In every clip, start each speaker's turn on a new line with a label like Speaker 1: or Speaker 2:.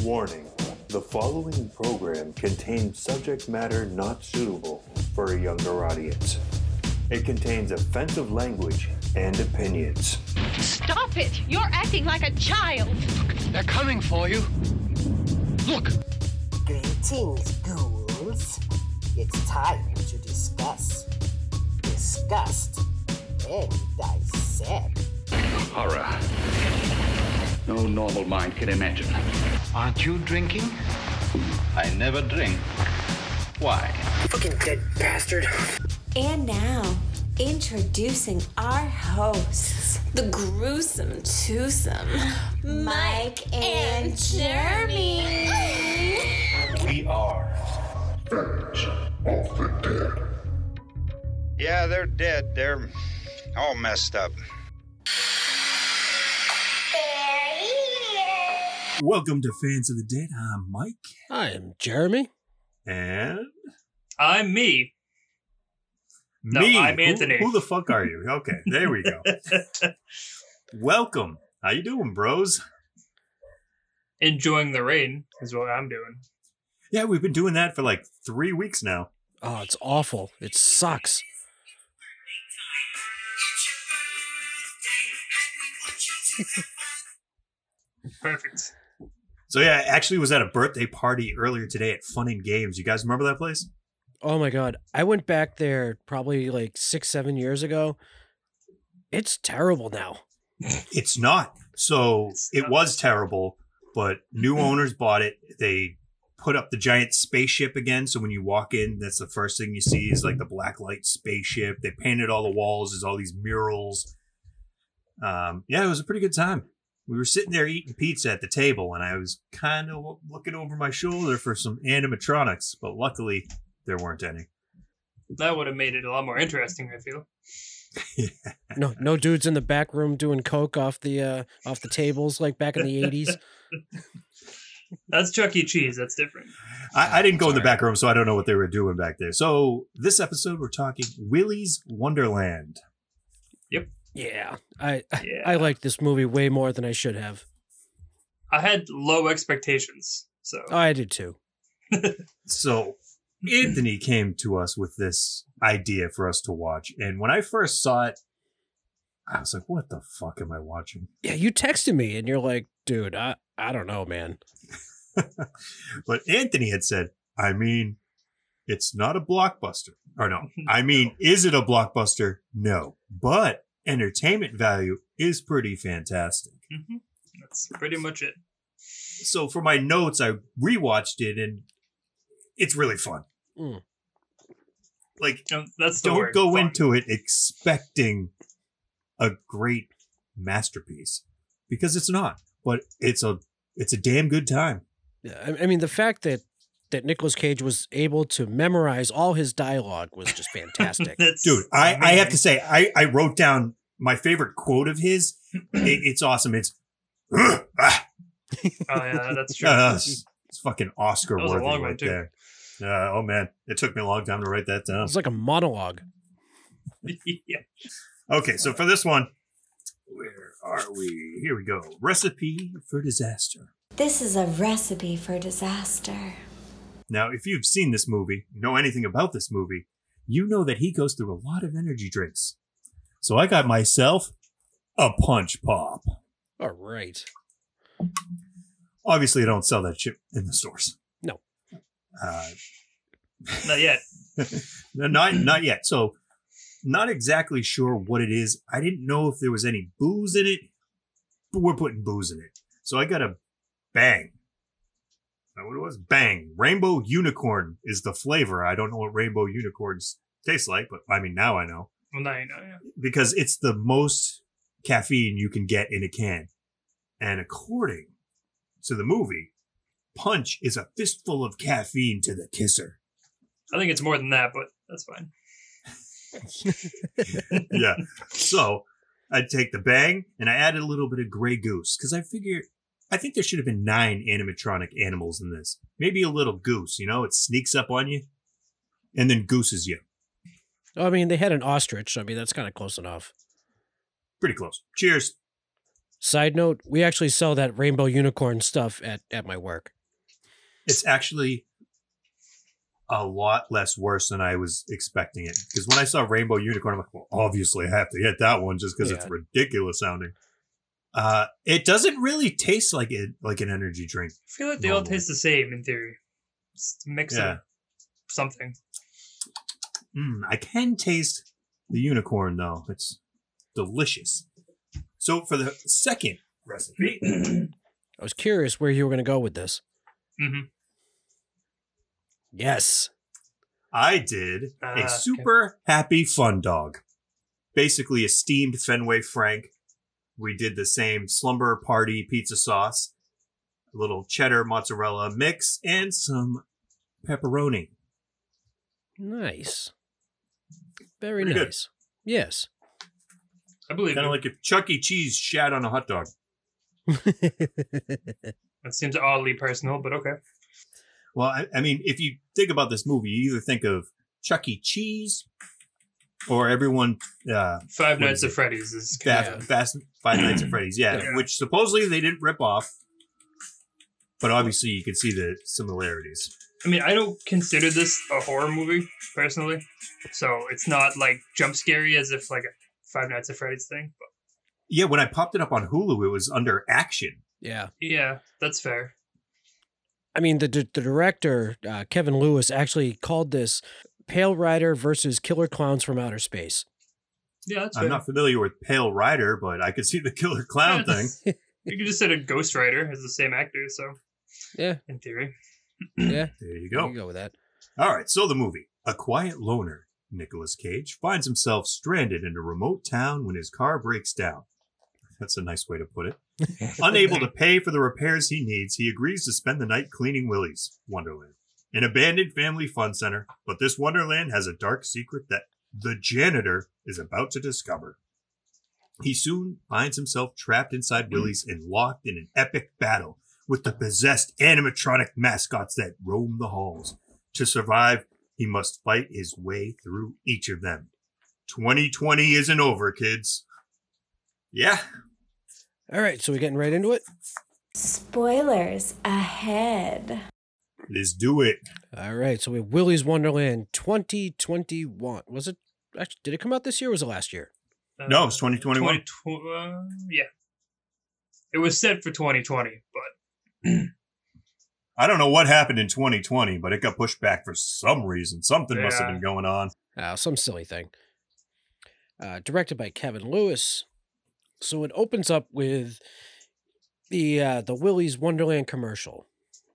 Speaker 1: Warning The following program contains subject matter not suitable for a younger audience. It contains offensive language and opinions.
Speaker 2: Stop it! You're acting like a child!
Speaker 3: They're coming for you. Look,
Speaker 4: Greetings, ghouls. It's time to discuss, disgust, and dissect.
Speaker 3: horror. No normal mind can imagine. Aren't you drinking? I never drink. Why?
Speaker 4: Fucking dead bastard.
Speaker 5: And now, introducing our hosts, the gruesome twosome, Mike and Jeremy.
Speaker 6: We are.
Speaker 7: Yeah, they're dead. They're all messed up.
Speaker 8: Welcome to Fans of the Dead. I'm Mike.
Speaker 9: I am Jeremy.
Speaker 1: And
Speaker 6: I'm me. No,
Speaker 1: me.
Speaker 6: I'm
Speaker 1: Who-
Speaker 6: Anthony.
Speaker 1: Who, the fuck are you? Okay, there we go. Welcome. How you doing, bros?
Speaker 6: Enjoying the rain is what I'm doing.
Speaker 1: Yeah, we've been doing that for like three weeks now.
Speaker 9: Oh, it's awful. It sucks.
Speaker 6: Perfect.
Speaker 1: So yeah, I actually was at a birthday party earlier today at Fun and Games. You guys remember that place?
Speaker 9: Oh my god. I went back there probably like six, seven years ago. It's terrible now.
Speaker 1: It's not. So
Speaker 6: It's
Speaker 1: it
Speaker 6: not. Mm.
Speaker 1: was terrible, but new owners bought it. They put up the giant spaceship again. So when you walk in, that's the first thing you see is like the black light spaceship. They painted all the walls. There's all these murals. Um, yeah, it was a pretty good time. We were sitting there eating pizza at the table, and I was kind of looking over my shoulder for some animatronics, but luckily there weren't any.
Speaker 6: That would have made it a lot more interesting, I feel.
Speaker 9: No, no dudes in the back room doing coke off the uh off the tables like back in the eighties.
Speaker 6: That's Chuck E. Cheese. That's different.
Speaker 1: I, I didn't go in the back room, so I don't know what they were doing back there. So this episode, we're talking Willy's Wonderland.
Speaker 9: Yeah. I I-
Speaker 6: Yeah.
Speaker 9: I liked this movie way more than I should have.
Speaker 6: I had low expectations, so
Speaker 9: I did too.
Speaker 1: So Anthony came to us with this idea for us to watch, and when I first saw it, I was like, "What the fuck am I watching?"
Speaker 9: Yeah, you texted me and you're like, dude, I I don't know, man.
Speaker 1: But Anthony had said, "I mean, it's not a blockbuster, or no? I mean, is it a blockbuster? No, but entertainment value is pretty fantastic."
Speaker 6: hmm that's pretty much it.
Speaker 1: so for my notes, I rewatched it and it's really fun.
Speaker 9: Mm.
Speaker 1: Like,
Speaker 6: Um, That's the
Speaker 1: don't
Speaker 6: word,
Speaker 1: go
Speaker 6: fun.
Speaker 1: into it expecting a great masterpiece because it's not, but it's a it's a damn good time.
Speaker 9: Yeah, I, I mean the fact that that Nicolas Cage was able to memorize all his dialogue was just fantastic.
Speaker 6: That's
Speaker 1: Dude, I, I have to
Speaker 6: amazing.
Speaker 1: say, I, I wrote down my favorite quote of his. It, it's awesome. It's, "Ugh, ah,
Speaker 6: Oh yeah, that's true.
Speaker 1: uh, it's, it's fucking Oscar
Speaker 6: That was a
Speaker 1: worthy
Speaker 6: long one,
Speaker 1: right
Speaker 6: too.
Speaker 1: there. Uh, oh man, it took me a long time to write that down.
Speaker 9: It's like a monologue.
Speaker 6: yeah.
Speaker 1: Okay, so for this one, where are we? Here we go. Recipe for disaster.
Speaker 5: This is a recipe for disaster.
Speaker 1: Now, if you've seen this movie, know anything about this movie, you know that he goes through a lot of energy drinks. So I got myself a punch pop.
Speaker 9: All right.
Speaker 1: Obviously, I don't sell that shit in the stores.
Speaker 9: No.
Speaker 1: Uh,
Speaker 6: Not yet.
Speaker 1: No, not not yet. So not exactly sure what it is. I didn't know if there was any booze in it, but we're putting booze in it. So I got a bang. Is that what it was? Bang. Rainbow unicorn is the flavor. I don't know what rainbow unicorns taste like, but I mean now I know.
Speaker 6: Well, now you know. Yeah.
Speaker 1: Because it's the most caffeine you can get in a can. And according to the movie, punch is a fistful of caffeine to the kisser.
Speaker 6: I think it's more than that, but that's fine.
Speaker 1: yeah. So I take the bang and I added a little bit of gray goose because I figure I think there should have been nine animatronic animals in this. Maybe a little goose, you know, it sneaks up on you and then gooses you.
Speaker 9: I mean, they had an ostrich. So I mean, that's kind of close enough.
Speaker 1: Pretty close. Cheers.
Speaker 9: Side note, we actually sell that rainbow unicorn stuff at, at my work.
Speaker 1: It's actually a lot less worse than I was expecting it. Because when I saw Rainbow Unicorn, I'm like, well, obviously I have to get that one just because it's
Speaker 9: Yeah.
Speaker 1: ridiculous sounding. Uh, it doesn't really taste like it like an energy drink.
Speaker 6: I feel like they all
Speaker 1: Normal.
Speaker 6: taste the same in theory. Just mix
Speaker 1: Yeah.
Speaker 6: up something.
Speaker 1: Mm, I can taste the unicorn though. It's delicious. So for the second recipe,
Speaker 9: I was curious where you were going to go with this.
Speaker 6: hmm
Speaker 9: Yes.
Speaker 1: I did
Speaker 6: Ah,
Speaker 1: a
Speaker 6: okay.
Speaker 1: super happy fun dog. Basically, a steamed Fenway Frank. We did the same slumber party pizza sauce, a little cheddar mozzarella mix, and some pepperoni.
Speaker 9: Nice. Very
Speaker 1: Pretty good.
Speaker 9: nice. Yes.
Speaker 6: I believe
Speaker 1: Kind
Speaker 6: you.
Speaker 1: of like if Chuck E. Cheese shat on a hot dog.
Speaker 6: that seems oddly personal, but okay.
Speaker 1: Well, I, I mean, if you think about this movie, you either think of Chuck E. Cheese or everyone uh,
Speaker 6: Five
Speaker 1: What
Speaker 6: Nights
Speaker 1: is
Speaker 6: at
Speaker 1: it?
Speaker 6: Freddy's is kind
Speaker 1: Fast,
Speaker 6: of
Speaker 1: Fast Five Nights at Freddy's, yeah,
Speaker 6: Yeah.
Speaker 1: which supposedly they didn't rip off, but obviously you can see the similarities.
Speaker 6: I mean, I don't consider this a horror movie personally, so it's not like jump scary as if like a Five Nights at Freddy's thing. But
Speaker 1: Yeah, when I popped it up on Hulu, it was under action.
Speaker 9: yeah.
Speaker 6: yeah, that's fair.
Speaker 9: I mean, the, d- the director, uh, Kevin Lewis, actually called this Pale Rider versus Killer Clowns from Outer Space.
Speaker 6: Yeah, that's fair.
Speaker 1: I'm not familiar with Pale Rider, but I could see the Killer Clown
Speaker 6: Yeah,
Speaker 1: thing.
Speaker 6: that's- You could just say a Ghost Rider has the same actor, so
Speaker 9: Yeah.
Speaker 6: in theory,
Speaker 1: Mm.
Speaker 9: Yeah.
Speaker 1: There
Speaker 9: You
Speaker 1: you go.
Speaker 9: can go with that.
Speaker 1: All right, so the movie. A quiet loner, Nicolas Cage, finds himself stranded in a remote town when his car breaks down. That's a nice way to put it. Unable to pay for the repairs he needs, he agrees to spend the night cleaning Willie's Wonderland, an abandoned family fun center. But this Wonderland has a dark secret that the janitor is about to discover. He soon finds himself trapped inside Willie's and locked in an epic battle with the possessed animatronic mascots that roam the halls. To survive, he must fight his way through each of them. 2020 isn't over, kids. Yeah.
Speaker 9: All right. So we're getting right into it.
Speaker 5: Spoilers ahead.
Speaker 1: Let's do it.
Speaker 9: All right. So we have Willy's Wonderland 2021. Was it? Actually, did it come out this year or was it last year?
Speaker 6: uh,
Speaker 1: No, it's 2021.
Speaker 6: 20 uh, yeah, it was set for 2020, but
Speaker 1: I don't know what happened in 2020, but it got pushed back for some reason. Something must have
Speaker 6: Yeah.
Speaker 1: been going on.
Speaker 9: Uh, some silly thing. Uh, directed by Kevin Lewis. So it opens up with the uh, the Willy's Wonderland commercial,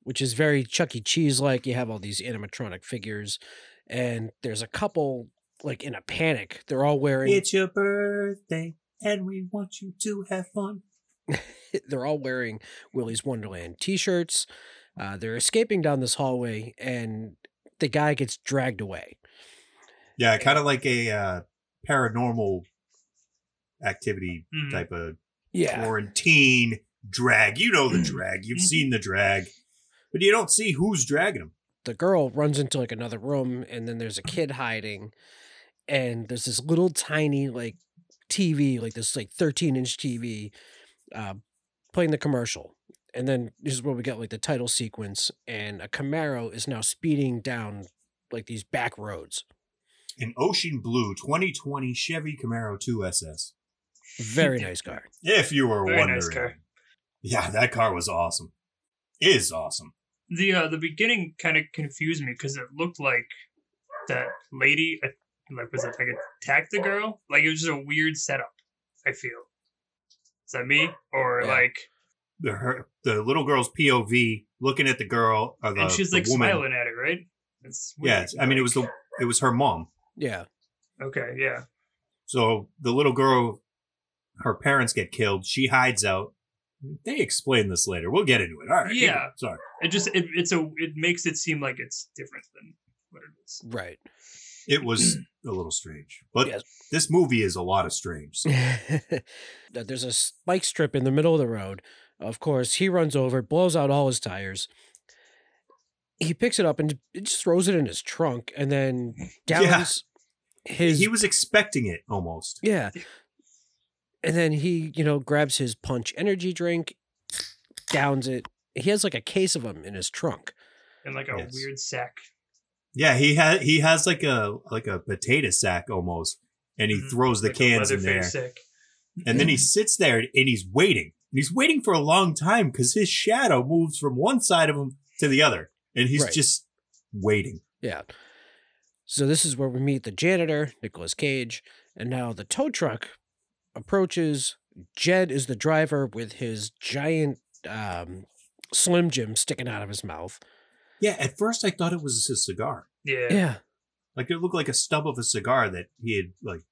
Speaker 9: which is very Chuck E. Cheese like. You have all these animatronic figures, and there's a couple like in a panic. They're all wearing
Speaker 1: your birthday, and we want you to have fun.
Speaker 9: they're all wearing Willy's Wonderland t-shirts. Uh, they're escaping down this hallway, and the guy gets dragged away.
Speaker 1: Yeah, kind of like a uh, paranormal activity
Speaker 6: Mhm.
Speaker 1: type of
Speaker 9: Yeah,
Speaker 1: quarantine drag. You know the drag. You've
Speaker 6: Mhm.
Speaker 1: seen the drag, but you don't see who's dragging him.
Speaker 9: the girl runs into like another room and then there's a kid hiding and there's this little tiny like tv like this like 13 inch tv uh, playing the commercial and then this is where we get like the title sequence and a camaro is now speeding down like these back roads
Speaker 1: An ocean blue 2020 Chevy Camaro 2SS.
Speaker 9: very nice car
Speaker 1: If you were
Speaker 6: Very
Speaker 1: wondering.
Speaker 6: nice car.
Speaker 1: Yeah, that car was awesome. Is awesome.
Speaker 6: the uh, the beginning kind of confused me because it looked like that lady uh, like was it like attacked the girl like it was just a weird setup i feel is that me or
Speaker 9: Yeah.
Speaker 6: like
Speaker 1: The her, the little girl's POV looking at the girl or the,
Speaker 6: and she's
Speaker 1: the
Speaker 6: like
Speaker 1: woman.
Speaker 6: smiling at it right it's
Speaker 1: Yeah, it's- I mean it was the it was her mom.
Speaker 9: yeah
Speaker 6: okay yeah
Speaker 1: So the little girl her parents get killed. She hides out. They explain this later. We'll get into it. All right. keep
Speaker 6: Yeah.
Speaker 1: it. Sorry.
Speaker 6: it just it, it's a it makes it seem like it's different than what it is
Speaker 9: right
Speaker 1: It was a little strange. But
Speaker 9: Yes.
Speaker 1: this movie is a lot of strange. so-
Speaker 9: that there's a spike strip in the middle of the road. Of course, he runs over, blows out all his tires. He picks it up and it just throws it in his trunk, and then
Speaker 1: Yeah.
Speaker 9: downs his
Speaker 1: he was expecting it almost.
Speaker 9: yeah. And then he, you know, grabs his punch energy drink, downs it. He has like a case of them in his trunk.
Speaker 6: in like a
Speaker 1: Yes.
Speaker 6: weird sack.
Speaker 1: Yeah, he has he has like a like a potato sack almost, and he
Speaker 6: Mhm.
Speaker 1: throws the
Speaker 6: like a
Speaker 1: cans in there,
Speaker 6: Leatherface sack.
Speaker 1: and then he sits there and he's waiting. And he's waiting for a long time because his shadow moves from one side of him to the other, and he's
Speaker 9: Right.
Speaker 1: just waiting.
Speaker 9: Yeah. So this is where we meet the janitor, Nicolas Cage, and now the tow truck approaches. Jed is the driver with his giant um, Slim Jim sticking out of his mouth.
Speaker 1: Yeah, at first I thought it was his cigar.
Speaker 6: Yeah.
Speaker 9: Yeah.
Speaker 1: Like it looked like a stub of a cigar that he had like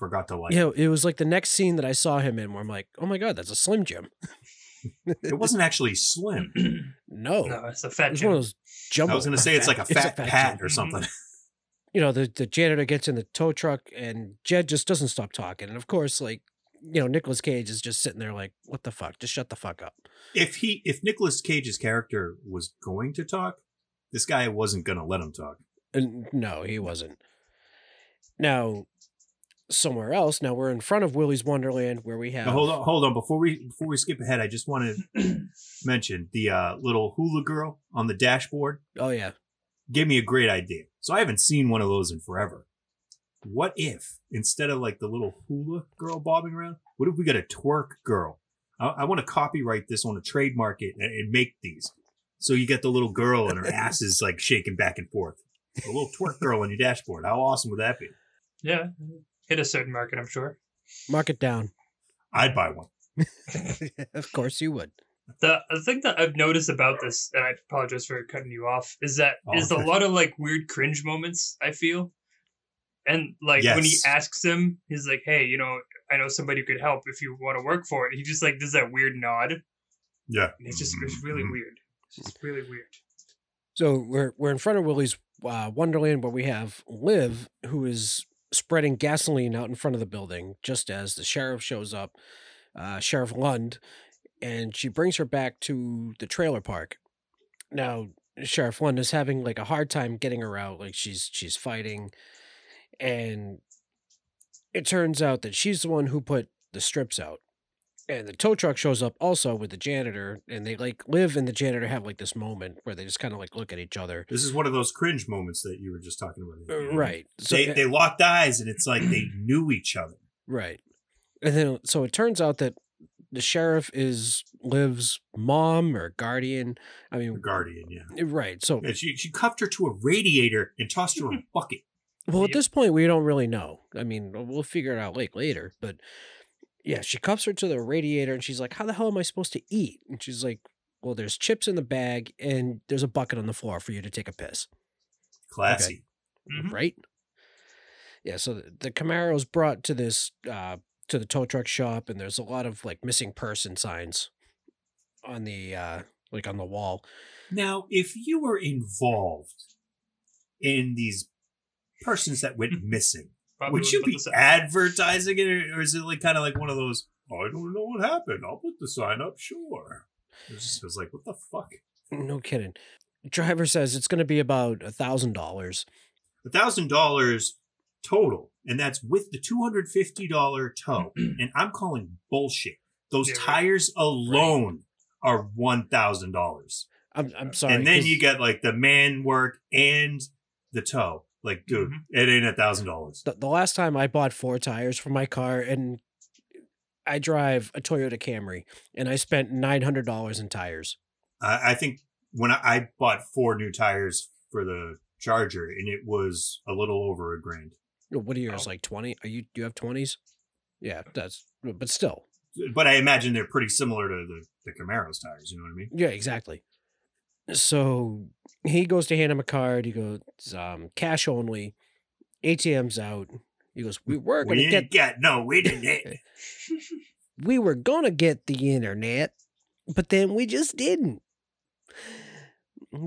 Speaker 1: forgot to light.
Speaker 9: Yeah, it was like the next scene that I saw him in where I'm like, oh my God, that's a Slim Jim.
Speaker 1: It wasn't actually slim. Oh,
Speaker 9: No.
Speaker 6: No, it's a fat
Speaker 9: It's
Speaker 6: Jim.
Speaker 9: one of those jumbo.
Speaker 1: I was gonna say it's like a
Speaker 9: a
Speaker 1: fat,
Speaker 9: fat
Speaker 1: pat
Speaker 9: Jim.
Speaker 1: or something.
Speaker 9: you know, the, the janitor gets in the tow truck and Jed just doesn't stop talking. And of course, like, you know, Nicolas Cage is just sitting there like, what the fuck? Just shut the fuck up.
Speaker 6: Mm-hmm.
Speaker 1: if he if Nicolas Cage's character was going to talk, this guy wasn't gonna let him talk.
Speaker 9: And no, he wasn't. Now, somewhere else, now we're in front of Willy's Wonderland where we have.
Speaker 1: Now, hold on, hold on. Before we before we skip ahead, I just want to mention the uh, little hula girl on the dashboard
Speaker 9: Oh, yeah.
Speaker 1: gave me a great idea. So I haven't seen one of those in forever. What if instead of like the little hula girl bobbing around, what if we got a twerk girl? I, I want to copyright this on a trademark it and, and make these. So you get the little girl and her ass is like shaking back and forth. A little twerk girl on your dashboard. How awesome would that be?
Speaker 6: Yeah. Hit a certain market, I'm sure.
Speaker 9: Mark it down.
Speaker 1: I'd buy one.
Speaker 9: of course you would.
Speaker 6: The the thing that I've noticed about this, and I apologize for cutting you off, is that
Speaker 1: Oh,
Speaker 6: is
Speaker 1: okay.
Speaker 6: a lot of like weird cringe moments. I feel, and like when he
Speaker 1: Yes.
Speaker 6: asks him, he's like, "Hey, you know, I know somebody who could help if you want to work for it." He just like does that weird nod, and
Speaker 1: Yeah.
Speaker 6: it's just it's really
Speaker 1: Mm-hmm.
Speaker 6: weird. It's just really weird.
Speaker 9: So we're we're in front of Willie's uh, Wonderland where we have Liv, who is spreading gasoline out in front of the building, just as the sheriff shows up, uh, Sheriff Lund, and she brings her back to the trailer park. Now Sheriff Lund is having like a hard time getting her out, like she's she's fighting, and it turns out that she's the one who put the strips out. And the tow truck shows up also with the janitor, and they like live and the janitor have like this moment where they just kind of like look at each other.
Speaker 1: This is one of those cringe moments that you were just talking
Speaker 9: Uh,
Speaker 1: about.
Speaker 9: Right. So,
Speaker 1: Mm-hmm. They, they locked eyes and it's like they knew each other.
Speaker 9: right. And then so it turns out that the sheriff is Liv's mom or guardian. I mean, eh,
Speaker 1: Guardian, yeah.
Speaker 9: right. So,
Speaker 1: And she, she cuffed her to a radiator and tossed her in a bucket.
Speaker 9: well, at
Speaker 6: Yep.
Speaker 9: this point, we don't really know. I mean, we'll figure it out like later, but yeah, she cuffs her to the radiator and she's like, How the hell am I supposed to eat? And she's like, Well, there's chips in the bag and there's a bucket on the floor for you to take a piss.
Speaker 1: Classy.
Speaker 6: Mhm.
Speaker 1: Mm-hmm.
Speaker 9: right? Yeah, so the, the Camaro's brought to this uh to the tow truck shop and there's a lot of like missing person signs on the uh like on the wall.
Speaker 1: Now, if you were involved in these persons that went missing,
Speaker 6: Probably
Speaker 1: would you
Speaker 6: put
Speaker 1: be
Speaker 6: this up.
Speaker 1: advertising it, or is it like kind of like one of those? I don't know what happened. I'll put the sign up. Sure. It just feels like what the fuck.
Speaker 9: No kidding. Driver says it's gonna be about a thousand dollars.
Speaker 1: a thousand dollars total, and that's with the two hundred fifty dollar tow. and I'm calling bullshit. Those
Speaker 6: Yeah, right.
Speaker 1: tires alone are one thousand dollars,
Speaker 9: I'm I'm sorry.
Speaker 1: Uh, and then
Speaker 9: 'cause-
Speaker 1: you get like the man work and the tow. Like, dude,
Speaker 6: Mhm.
Speaker 1: it ain't a thousand dollars.
Speaker 9: the, the last time I bought four tires for my car and I drive a Toyota Camry and I spent nine hundred dollars in tires.
Speaker 1: I, I think when I, I bought four new tires for the Charger, and it was a little over a grand.
Speaker 9: What are yours?
Speaker 6: Oh.
Speaker 9: Like twenty? Are you do you have twenties? Yeah, that's but still.
Speaker 1: But I imagine they're pretty similar to the, the Camaro's tires. You know what I mean?
Speaker 9: Yeah, exactly. So he goes to hand him a card. He goes, um, cash only. ATM's out. He goes, we were
Speaker 1: We
Speaker 9: gonna get,
Speaker 1: didn't get no, we didn't.
Speaker 9: we were gonna get the internet, but then we just didn't.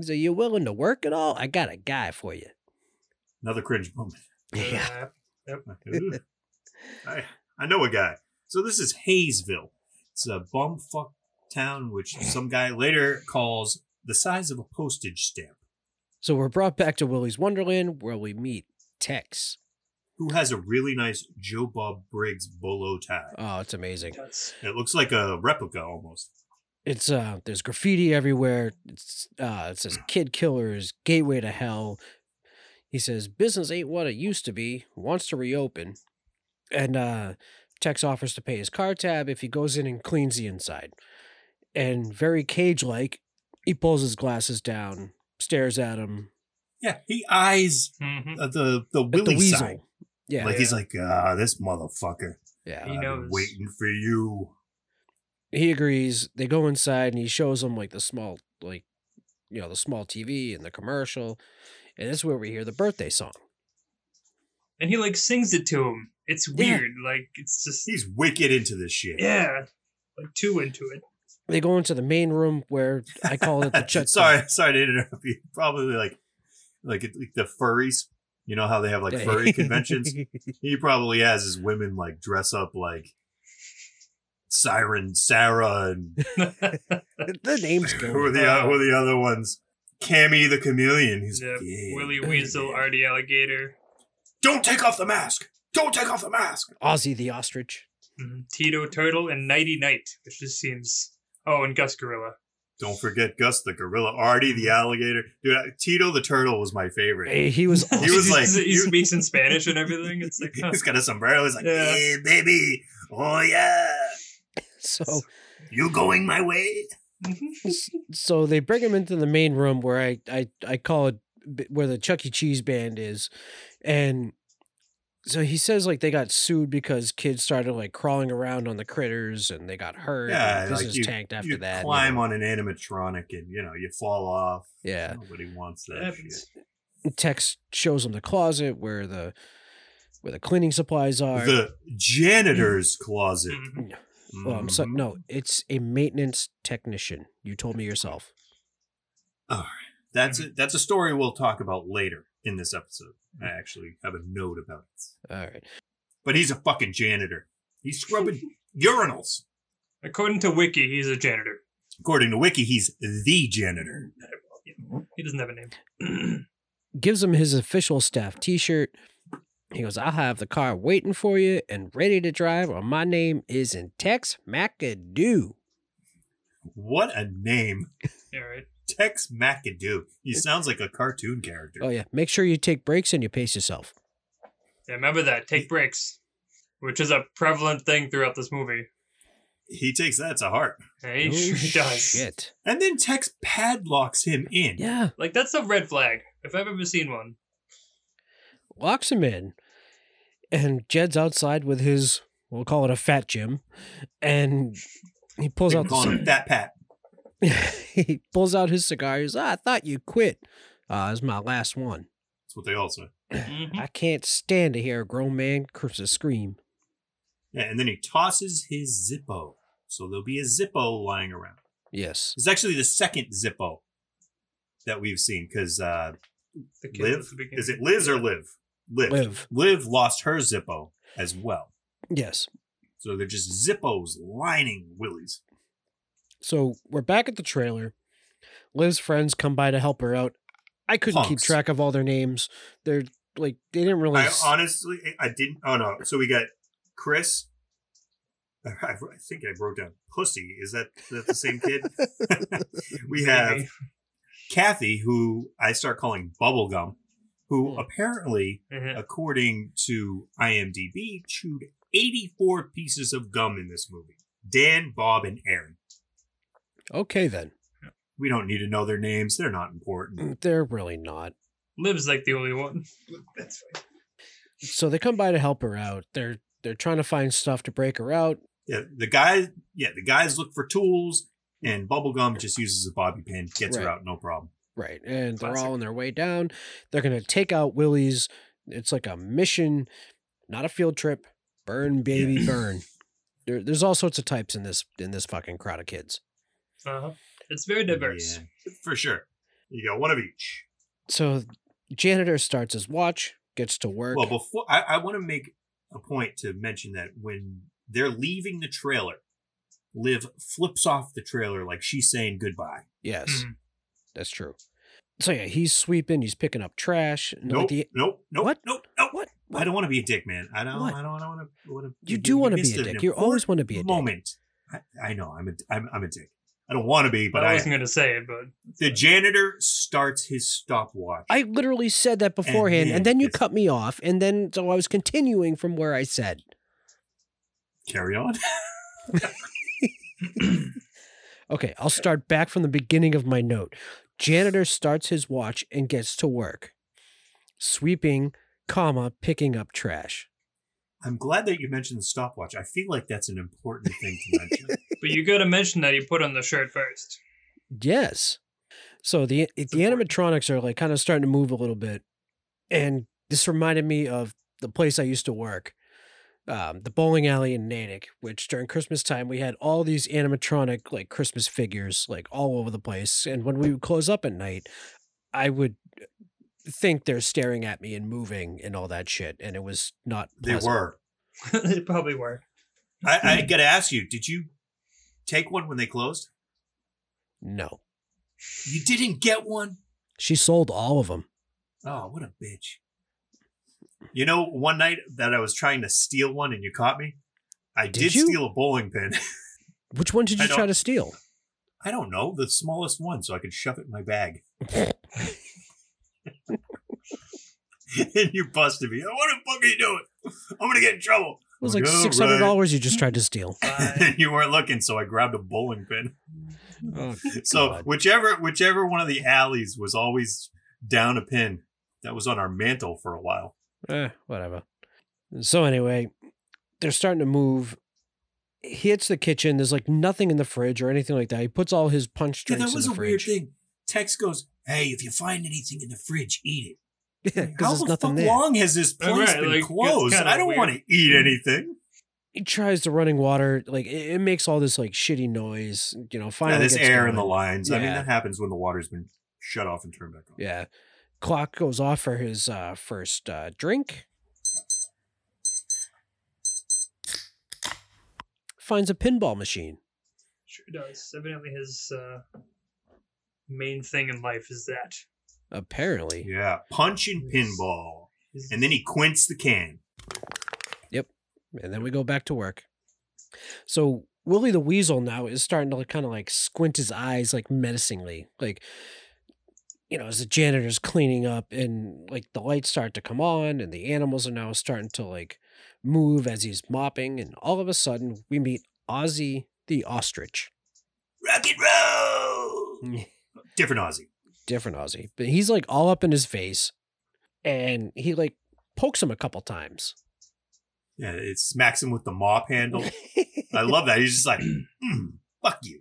Speaker 9: So you willing to work at all? I got a guy for you.
Speaker 1: Another cringe moment.
Speaker 9: Yeah,
Speaker 6: Uh,
Speaker 1: Ooh. I, I know a guy. So this is Hayesville. It's a bumfuck town which some guy later calls the size of a postage stamp.
Speaker 9: So we're brought back to Willy's Wonderland where we meet Tex.
Speaker 1: who has a really nice Joe Bob Briggs bolo tie.
Speaker 9: Oh, it's amazing.
Speaker 6: That's
Speaker 1: It looks like a replica almost.
Speaker 9: It's uh there's graffiti everywhere. It's uh it says kid killers, gateway to hell. He says business ain't what it used to be, wants to reopen. And uh Tex offers to pay his car tab if he goes in and cleans the inside. And very cage like, he pulls his glasses down, stares at him.
Speaker 1: Yeah, he eyes
Speaker 6: hmm
Speaker 1: uh, the the
Speaker 9: At the
Speaker 1: Willy
Speaker 9: weasel.
Speaker 1: sign.
Speaker 9: Yeah.
Speaker 1: like he's like, ah, this motherfucker.
Speaker 9: yeah.
Speaker 6: He
Speaker 1: I've
Speaker 6: knows.
Speaker 1: been waiting for you.
Speaker 9: he agrees. They go inside and he shows them like the small, like, you know, the small TV and the commercial. And this is where we hear the birthday song.
Speaker 6: and he like sings it to him. It's weird. Like it's just
Speaker 1: He's wicked into this shit.
Speaker 6: yeah, like too into it.
Speaker 9: They go into the main room where I call it the check.
Speaker 1: sorry, sorry to interrupt you. Probably like, like, it- like the furries. You know how they have like furry conventions. He probably has his women like dress up like Siren Sarah and
Speaker 9: the name's
Speaker 1: who are
Speaker 9: good.
Speaker 1: the uh, who are the other ones? Cammy the chameleon. He's
Speaker 6: Yeah,
Speaker 1: yeah,
Speaker 6: Willy Weasel, Artie Alligator,
Speaker 1: Don't take off the mask. Don't take off the mask.
Speaker 9: Ozzy the ostrich.
Speaker 6: mhm, Tito Turtle, and Nighty Night, which just seems. Oh, and Gus Gorilla.
Speaker 1: Don't forget Gus the gorilla, Artie the
Speaker 6: Mm.
Speaker 1: alligator, dude. I- Tito the turtle was my favorite.
Speaker 9: Eh, He was
Speaker 1: He was like-
Speaker 6: he,
Speaker 1: you-
Speaker 6: speaks in Spanish and everything. It's like huh.
Speaker 1: He's got a sombrero. He's like,
Speaker 6: Yeah.
Speaker 1: "Hey, baby, oh yeah,
Speaker 9: so.
Speaker 1: you going my way?"
Speaker 9: So they bring him into the main room where I I I call it b- where the Chuck E. Cheese band is, and so he says like they got sued because kids started like crawling around on the critters and they got hurt.
Speaker 1: Yeah,
Speaker 9: and this
Speaker 1: like
Speaker 9: is
Speaker 1: you-
Speaker 9: tanked after
Speaker 1: you
Speaker 9: that. and
Speaker 1: climb
Speaker 9: all-
Speaker 1: on an animatronic and you know you fall off.
Speaker 9: Yeah.
Speaker 1: Nobody wants
Speaker 6: It
Speaker 1: that.
Speaker 6: happens.
Speaker 1: shit.
Speaker 9: Tex shows him the closet where the where the cleaning supplies are.
Speaker 1: The janitor's closet.
Speaker 6: Mhm.
Speaker 9: oh, I'm so,
Speaker 1: Mhm.
Speaker 9: no, it's a maintenance technician. You told me yourself.
Speaker 1: That's a, that's a story we'll talk about later in this episode. I actually have a note about it.
Speaker 9: All right.
Speaker 1: But he's a fucking janitor. He's scrubbing urinals.
Speaker 6: According to Wiki, he's a janitor.
Speaker 1: According to Wiki, he's the janitor.
Speaker 6: He doesn't have a name.
Speaker 9: Gives him his official staff T-shirt. He goes, "I'll have the car waiting for you and ready to drive." Or my name isn't Tex McAdoo.
Speaker 1: What a name,
Speaker 6: All right.
Speaker 1: Tex McAdoo. He sounds like a cartoon character.
Speaker 9: Oh yeah, make sure you take breaks and you pace yourself.
Speaker 6: Yeah, remember that. Take breaks, which is a prevalent thing throughout this movie.
Speaker 1: He takes that to heart.
Speaker 6: Hey,
Speaker 9: Oh,
Speaker 6: sure does.
Speaker 9: Shit.
Speaker 1: And then Tex padlocks him in.
Speaker 9: Yeah,
Speaker 6: Like that's a red flag if I've ever seen one.
Speaker 9: locks him in, and Jed's outside with his. We'll call it a fat Jim, and he pulls
Speaker 1: They
Speaker 9: out the
Speaker 1: call him Fat Pat.
Speaker 9: he pulls out his cigar. He's, ah, I thought you quit. Uh, it's my last one.
Speaker 1: That's what they all say.
Speaker 6: Mhm.
Speaker 1: Mm-hmm.
Speaker 9: I can't stand to hear a grown man curse a scream.
Speaker 1: Yeah, and then he tosses his Zippo. So there'll be a Zippo lying around.
Speaker 9: Yes.
Speaker 1: It's actually the second Zippo that we've seen because uh,
Speaker 6: The kid
Speaker 1: Liv,
Speaker 6: at the beginning.
Speaker 1: is it Liz or Liv? Liv?
Speaker 9: Liv.
Speaker 1: Liv lost her Zippo as well.
Speaker 9: Yes.
Speaker 1: So they're just Zippos lining Willie's.
Speaker 9: So we're back at the trailer. Liv's friends come by to help her out. I couldn't keep
Speaker 1: Punks.
Speaker 9: track of all their names. They're like, they didn't really.
Speaker 1: I
Speaker 9: s-
Speaker 1: honestly, I didn't. Oh no! So we got Chris. I, I think I wrote down pussy. Is that, is that the same kid? we have
Speaker 6: Maybe.
Speaker 1: Kathy, who I start calling Bubblegum, who
Speaker 9: Hmm.
Speaker 1: apparently,
Speaker 6: Mhm.
Speaker 1: according to IMDb, chewed 84 pieces of gum in this movie. Dan, Bob, and Aaron.
Speaker 9: okay, then.
Speaker 1: We don't need to know their names. They're not important.
Speaker 9: They're really not.
Speaker 6: Liv's like the only one. That's fine.
Speaker 9: So they come by to help her out. They're they're trying to find stuff to break her out.
Speaker 1: Yeah, the guy, yeah, the guys look for tools, and Bubblegum just uses a bobby pin, gets her
Speaker 9: Right.
Speaker 1: out, no problem.
Speaker 9: Right. And they're
Speaker 6: Classic.
Speaker 9: all on their way down. They're going to take out Willie's. It's like a mission, not a field trip. Burn, baby, burn. There, there's all sorts of types in this in this fucking crowd of kids.
Speaker 6: Uh-huh. It's very diverse.
Speaker 1: Yeah, for sure. You got one of each.
Speaker 9: So janitor starts his watch, gets to work.
Speaker 1: Well, before I, I want to make a point to mention that when they're leaving the trailer, Liv flips off the trailer like she's saying goodbye.
Speaker 9: yes,
Speaker 1: Mm-hmm.
Speaker 6: Mhm.
Speaker 9: that's true. So yeah, he's sweeping, he's picking up trash. and like
Speaker 1: Nope,
Speaker 9: the-
Speaker 1: nope, nope,
Speaker 9: What?
Speaker 1: nope, nope.
Speaker 9: what?
Speaker 1: I don't want to be a dick, man. I don't.
Speaker 9: What?
Speaker 1: I don't. I don't want to. Want to
Speaker 9: You do wanna be a dick. You always wanna be a dick.
Speaker 1: moment. dick. I, I know. I'm a. I'm, I'm a dick. I don't want to be, but I.
Speaker 6: I wasn't gonna say it, but
Speaker 1: the janitor starts his stopwatch.
Speaker 9: I literally said that beforehand, and then,
Speaker 1: then
Speaker 9: you
Speaker 1: this-
Speaker 9: cut me off, and then so I was continuing from where I said.
Speaker 1: Carry on.
Speaker 9: Okay, I'll start back from the beginning of my note. Janitor starts his watch and gets to work. Sweeping, comma, picking up trash.
Speaker 1: I'm glad that you mentioned the stopwatch. I feel like that's an important thing to mention.
Speaker 6: but you gotta mention that he put on the shirt first.
Speaker 9: Yes. So the the animatronics are like kind of starting to move a little bit. And this reminded me of the place I used to work. Um, the bowling alley in Natick, which during Christmas time we had all these animatronic like Christmas figures like all over the place. And when we would close up at night, I would uh, think they're staring at me and moving and all that shit. And it was not
Speaker 1: They
Speaker 9: pleasant.
Speaker 1: were.
Speaker 6: they probably were.
Speaker 9: Hmm.
Speaker 1: I, I gotta ask you, did you take one when they closed?
Speaker 9: No.
Speaker 1: You didn't get one?
Speaker 9: She sold all of them.
Speaker 1: Oh, what a bitch. You know, one night that I was trying to steal one and you caught me, I did,
Speaker 9: Did you?
Speaker 1: steal a bowling pin.
Speaker 9: Which one did
Speaker 1: I
Speaker 9: you try
Speaker 1: don't-
Speaker 9: to steal?
Speaker 1: I don't know, the smallest one, so I could shove it in my bag. and you busted me. What the fuck are you doing? I'm gonna get in trouble.
Speaker 9: It was
Speaker 1: I'm
Speaker 9: like
Speaker 1: "All
Speaker 9: six hundred
Speaker 1: right."
Speaker 9: dollars you just tried to steal.
Speaker 6: Fine.
Speaker 1: you weren't looking, so I grabbed a bowling pin.
Speaker 9: Oh,
Speaker 1: So
Speaker 9: God.
Speaker 1: whichever whichever one of the alleys was always down a pin, that was on our mantle for a while.
Speaker 9: Eh, whatever. So anyway, they're starting to move. He hits the kitchen. There's like nothing in the fridge or anything like that. He puts all his punch
Speaker 1: Yeah,
Speaker 9: drinks
Speaker 1: that was
Speaker 9: in
Speaker 1: a
Speaker 9: the
Speaker 1: weird
Speaker 9: fridge.
Speaker 1: thing. Tex goes, "Hey, if you find anything in the fridge, eat it."
Speaker 9: Yeah,
Speaker 1: Like, How
Speaker 9: because
Speaker 1: the
Speaker 9: there's nothing
Speaker 1: fuck
Speaker 9: there.
Speaker 1: long has this
Speaker 6: Right,
Speaker 1: place been
Speaker 6: like, it's
Speaker 1: closed?
Speaker 6: kinda
Speaker 1: I don't
Speaker 6: weird.
Speaker 1: want to eat anything.
Speaker 9: He tries the running water. Like it, it makes all this like shitty noise. You know,
Speaker 1: Yeah,
Speaker 9: finally
Speaker 1: this
Speaker 9: gets
Speaker 1: air in the
Speaker 9: going.
Speaker 1: lines. I mean,
Speaker 9: Yeah.
Speaker 1: that happens when the water's been shut off and turned back on.
Speaker 9: Yeah, clock goes off for his uh, first uh, drink. Finds a pinball machine.
Speaker 6: Sure does. Evidently his uh, main thing in life is that.
Speaker 9: Apparently,
Speaker 1: Yeah, punch and pinball,
Speaker 6: He's-
Speaker 1: and then he quints the can.
Speaker 9: and then we go back to work. So Willie the Weasel now is starting to kind of like squint his eyes like menacingly, like you know, as the janitor's cleaning up and like the lights start to come on and the animals are now starting to like move as he's mopping, and all of a sudden we meet Ozzy the ostrich.
Speaker 1: Rock and
Speaker 9: Mm.
Speaker 1: roll. Different Aussie.
Speaker 9: Different Ozzy, but he's like all up in his face, and he like pokes him a couple times.
Speaker 1: Yeah, it smacks him with the mop handle. I love that. He's just like, mm, fuck you.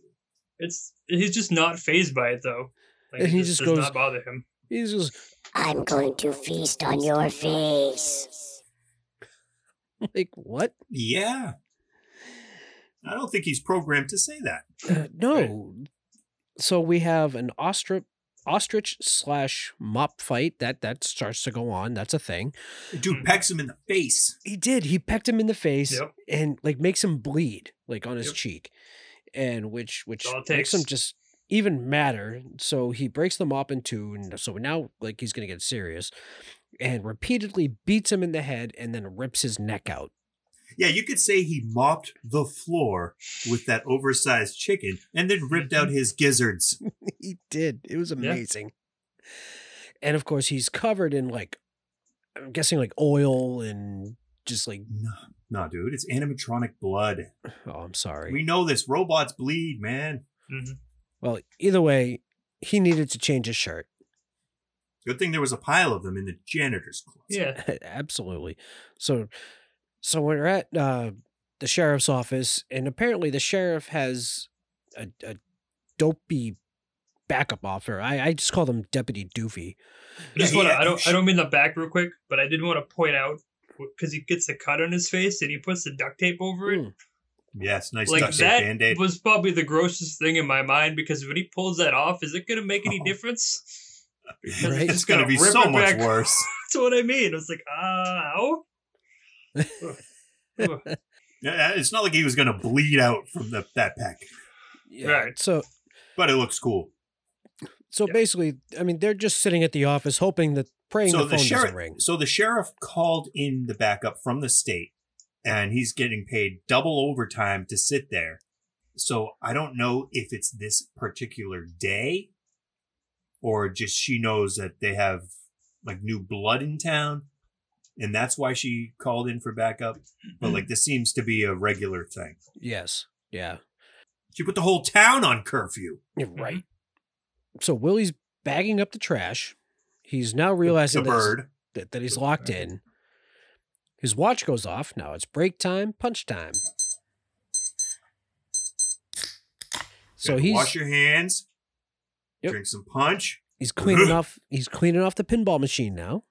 Speaker 6: It's he's just not phased by it though. Like,
Speaker 9: And
Speaker 6: it
Speaker 9: he
Speaker 6: just,
Speaker 9: just
Speaker 6: does
Speaker 9: goes-
Speaker 6: not bother him.
Speaker 9: he's just
Speaker 10: I'm going to feast on your face.
Speaker 9: like, what?
Speaker 1: Yeah. I don't think he's programmed to say that.
Speaker 9: Uh, no. So we have an ostrich ostrich slash mop fight that that starts to go on. That's a thing.
Speaker 1: The
Speaker 6: Hmm.
Speaker 1: Dude pecks him in the face.
Speaker 9: He did. He pecked him in the face
Speaker 6: Yep.
Speaker 9: and like makes him bleed like on his
Speaker 6: Yep.
Speaker 9: cheek, and which which
Speaker 6: all it
Speaker 9: makes him
Speaker 6: takes.
Speaker 9: just even madder. So he breaks the mop in two, and so now like he's gonna get serious, and repeatedly beats him in the head and then rips his neck out.
Speaker 1: Yeah, you could say he mopped the floor with that oversized chicken and then ripped out his gizzards.
Speaker 9: he did. It was
Speaker 6: Yeah.
Speaker 9: amazing. And of course, he's covered in like, I'm guessing like oil and just like,
Speaker 1: No, no, dude, it's animatronic blood.
Speaker 9: oh, I'm sorry.
Speaker 1: We know this. Robots bleed, man.
Speaker 6: hmm
Speaker 9: well, either way, he needed to change his shirt.
Speaker 1: Good thing there was a pile of them in the janitor's closet.
Speaker 6: Yeah.
Speaker 9: Absolutely. So, so we're at uh, the sheriff's office, and apparently the sheriff has a, a dopey backup officer. I, I just call them Deputy Doofy.
Speaker 6: I just
Speaker 1: Yeah,
Speaker 6: want to.
Speaker 1: yeah,
Speaker 6: I don't.
Speaker 1: sh-
Speaker 6: I don't mean the back real quick, but I did want to point out because he gets a cut on his face and he puts the duct tape over it.
Speaker 1: Hmm.
Speaker 9: Mm.
Speaker 1: Yes, nice
Speaker 6: like
Speaker 1: duct tape
Speaker 6: that
Speaker 1: band-aid.
Speaker 6: was probably the grossest thing in my mind because when he pulls that off, is it going to make any difference? Because
Speaker 9: Right.
Speaker 1: Oh. It's,
Speaker 9: It's
Speaker 1: going to
Speaker 6: gonna
Speaker 1: be
Speaker 6: rip
Speaker 1: so
Speaker 6: it
Speaker 1: much
Speaker 6: back.
Speaker 1: worse.
Speaker 6: That's what I mean. I was like, ow. Ugh. Ugh.
Speaker 1: Yeah, It's not like he was going to bleed out from the, that pack,
Speaker 9: Yeah.
Speaker 6: Right.
Speaker 9: So
Speaker 1: but it looks cool.
Speaker 9: So basically, I mean, they're just sitting at the office hoping that praying
Speaker 1: so
Speaker 9: the phone
Speaker 1: sheriff,
Speaker 9: doesn't ring.
Speaker 1: So the sheriff called in the backup from the state, and he's getting paid double overtime to sit there. So I don't know if it's this particular day, or just she knows that they have like new blood in town, and that's why she called in for backup. But like this seems to be a regular thing.
Speaker 9: Yes. Yeah.
Speaker 1: She put the whole town on curfew.
Speaker 9: You're right. So Willie's bagging up the trash. He's now realizing
Speaker 1: the
Speaker 9: that he's-
Speaker 1: bird.
Speaker 9: That, that he's locked in. His watch goes off. Now it's break time, punch time. So
Speaker 1: Gotta
Speaker 9: he's
Speaker 1: wash your hands,
Speaker 9: Yep.
Speaker 1: drink some punch.
Speaker 9: he's cleaning off he's cleaning off the pinball machine now.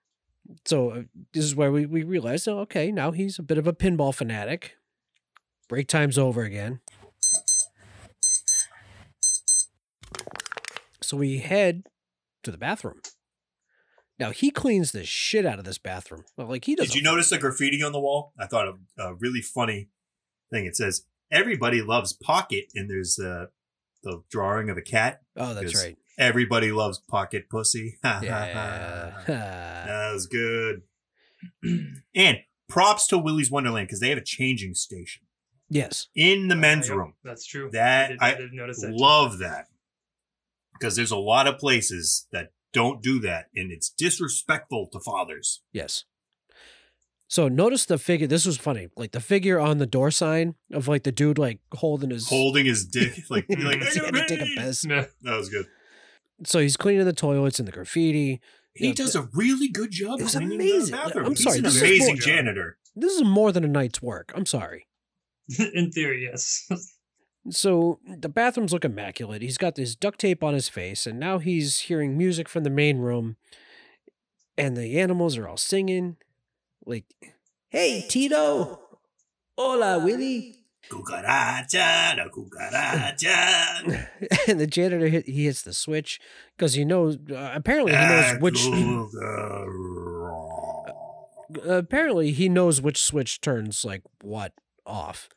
Speaker 9: So uh, this is where we we realize, oh, okay, now he's a bit of a pinball fanatic. Break time's over again. So we head to the bathroom. Now he cleans the shit out of this bathroom. Well, like he doesn't.
Speaker 1: Did you notice the graffiti on the wall? I thought a, a really funny thing. It says, "Everybody loves Pocket," and there's the the drawing of a cat.
Speaker 9: Oh, that's
Speaker 1: Because
Speaker 9: right.
Speaker 1: Everybody loves Pocket Pussy. Ha, ha, ha.
Speaker 9: Yeah.
Speaker 1: that was good. and props to Willy's Wonderland because they have a changing station
Speaker 9: yes.
Speaker 1: in the men's
Speaker 6: Yep,
Speaker 1: room.
Speaker 6: That's true.
Speaker 1: That-
Speaker 6: I Oh, did,
Speaker 1: I
Speaker 6: did notice that. too.
Speaker 1: Love that because there's a lot of places that don't do that, and it's disrespectful to fathers.
Speaker 9: Yes. So notice the figure. This was funny. Like the figure on the door sign of like the dude like holding his.
Speaker 1: Holding his dick like,
Speaker 9: He's
Speaker 1: like
Speaker 9: like, "I gotta take a piss."
Speaker 6: Yeah.
Speaker 1: that was good.
Speaker 9: So he's cleaning the toilets and the graffiti.
Speaker 1: He
Speaker 9: Yeah,
Speaker 1: does a really good job.
Speaker 9: It was
Speaker 1: cleaning
Speaker 9: amazing.
Speaker 1: The bathroom.
Speaker 9: I'm
Speaker 1: He's
Speaker 9: sorry,
Speaker 1: an
Speaker 9: this is
Speaker 1: amazing
Speaker 9: more-
Speaker 1: janitor.
Speaker 9: This is more than a night's work. I'm sorry.
Speaker 6: In theory, yes.
Speaker 9: So the bathrooms look immaculate. He's got this duct tape on his face, and now he's hearing music from the main room, and the animals are all singing, like, "Hey Tito, hola Willie."
Speaker 1: Cucaracha, la cucaracha.
Speaker 9: and the janitor hit, he hits the switch because he knows uh, apparently he
Speaker 1: Ah,
Speaker 9: knows which
Speaker 1: which.
Speaker 9: apparently he knows which switch turns like what off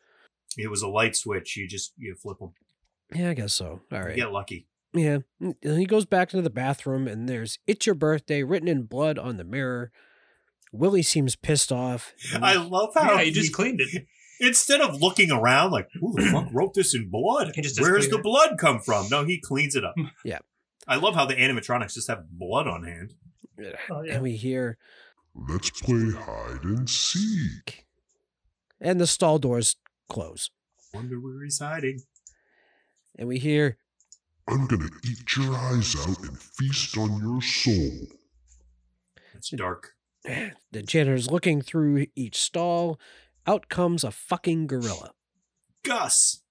Speaker 1: It was a light switch. You just you flip them.
Speaker 9: yeah i guess so all right
Speaker 1: Get lucky.
Speaker 9: yeah And he goes back into the bathroom and there's it's your birthday written in blood on the mirror willie seems pissed off
Speaker 1: I love how
Speaker 6: yeah, you
Speaker 1: Oh, he-
Speaker 6: just cleaned it.
Speaker 1: instead of looking around like who the fuck wrote this in blood?
Speaker 6: He just does
Speaker 1: Where's
Speaker 6: clean
Speaker 1: the
Speaker 6: it.
Speaker 1: blood come from? No, he cleans it up.
Speaker 9: Yeah.
Speaker 1: I love how the animatronics just have blood on hand.
Speaker 6: Oh, yeah.
Speaker 9: uh, and we hear
Speaker 11: Let's play hide and seek.
Speaker 9: and the stall doors close
Speaker 1: Wonder where he's hiding.
Speaker 9: and we hear
Speaker 11: I'm gonna eat your eyes out and feast on your soul.
Speaker 1: It's dark.
Speaker 9: the janitor's looking through each stall out comes a fucking gorilla
Speaker 1: Gus.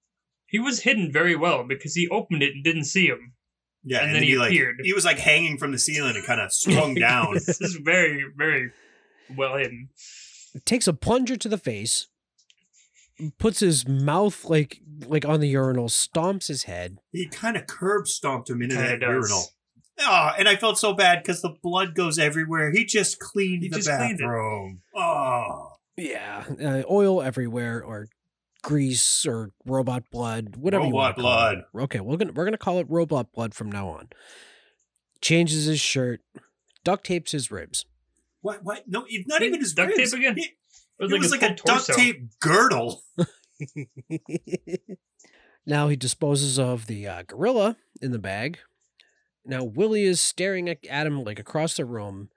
Speaker 6: He was hidden very well because he opened it and didn't see him.
Speaker 1: Yeah,
Speaker 6: And then he
Speaker 1: like,
Speaker 6: appeared.
Speaker 1: He was like hanging from the ceiling and kind of swung down.
Speaker 6: this is very, very well hidden.
Speaker 9: takes a plunger to the face, puts his mouth like like on the urinal, stomps his head.
Speaker 1: He kind of curb stomped him into
Speaker 6: Kinda
Speaker 1: that
Speaker 6: does.
Speaker 1: urinal. Oh, and I felt so bad because the blood goes everywhere. He just cleaned
Speaker 6: He
Speaker 1: the
Speaker 6: just cleaned it.
Speaker 1: bathroom. Oh,
Speaker 9: Yeah, uh, oil everywhere or grease or robot blood, whatever you want.
Speaker 1: robot blood.
Speaker 9: Okay, we're gonna we're gonna call it robot blood from now on. Changes his shirt, duct tapes his ribs.
Speaker 1: What? What? No, it's not
Speaker 6: He
Speaker 1: even his
Speaker 6: duct tape
Speaker 1: ribs.
Speaker 6: again?
Speaker 1: It, it
Speaker 6: It
Speaker 1: was
Speaker 6: his
Speaker 1: like,
Speaker 6: whole
Speaker 1: a duct
Speaker 6: torso.
Speaker 1: tape girdle.
Speaker 9: now he disposes of the uh, gorilla in the bag. Now Willie is staring at at him like across the room.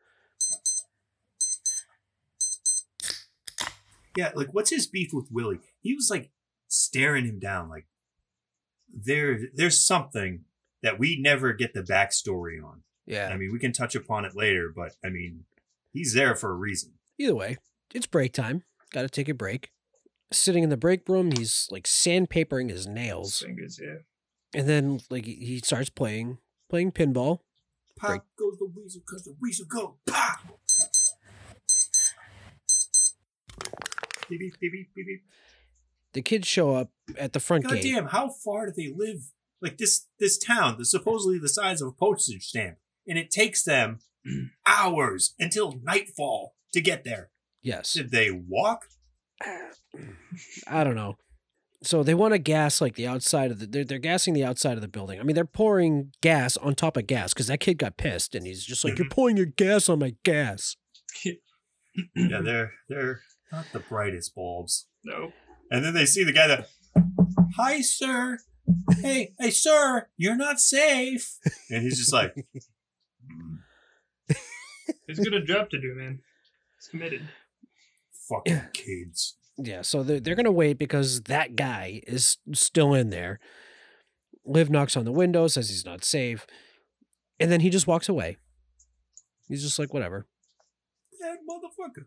Speaker 1: Yeah, like what's his beef with Willie? He was like staring him down. Like there, there's something that we never get the backstory on.
Speaker 9: Yeah.
Speaker 1: I mean, we can touch upon it later, but I mean, he's there for a reason.
Speaker 9: Either way, it's break time. Got to take a break. Sitting in the break room, he's like sandpapering his
Speaker 6: His
Speaker 9: nails,
Speaker 6: fingers, yeah.
Speaker 9: and then like he- he starts playing playing pinball.
Speaker 1: Pop
Speaker 9: Break.
Speaker 1: goes the weasel because the weasel go pop. Beep, beep, beep, beep, beep, beep.
Speaker 9: The kids show up at the front
Speaker 1: God
Speaker 9: gate.
Speaker 1: damn, how far do they live? Like this this town that's supposedly the size of a postage stamp. And it takes them hours until nightfall to get there.
Speaker 9: Yes,
Speaker 1: Did they walk?
Speaker 9: I don't know. so they want to gas like the outside of the they're, they're gassing the outside of the building i mean they're pouring gas on top of gas because that kid got pissed and he's just like you're pouring your gas on my gas
Speaker 1: yeah, they're they're not the brightest bulbs.
Speaker 6: No.
Speaker 1: And then they see the guy that, hi sir, hey hey sir, you're not safe. And he's just like,
Speaker 6: He's got a job to do, man. He's committed.
Speaker 1: fucking kids.
Speaker 9: yeah so they're, they're gonna wait because that guy is still in there liv knocks on the window says he's not safe and then he just walks away he's just like whatever
Speaker 1: That motherfucker.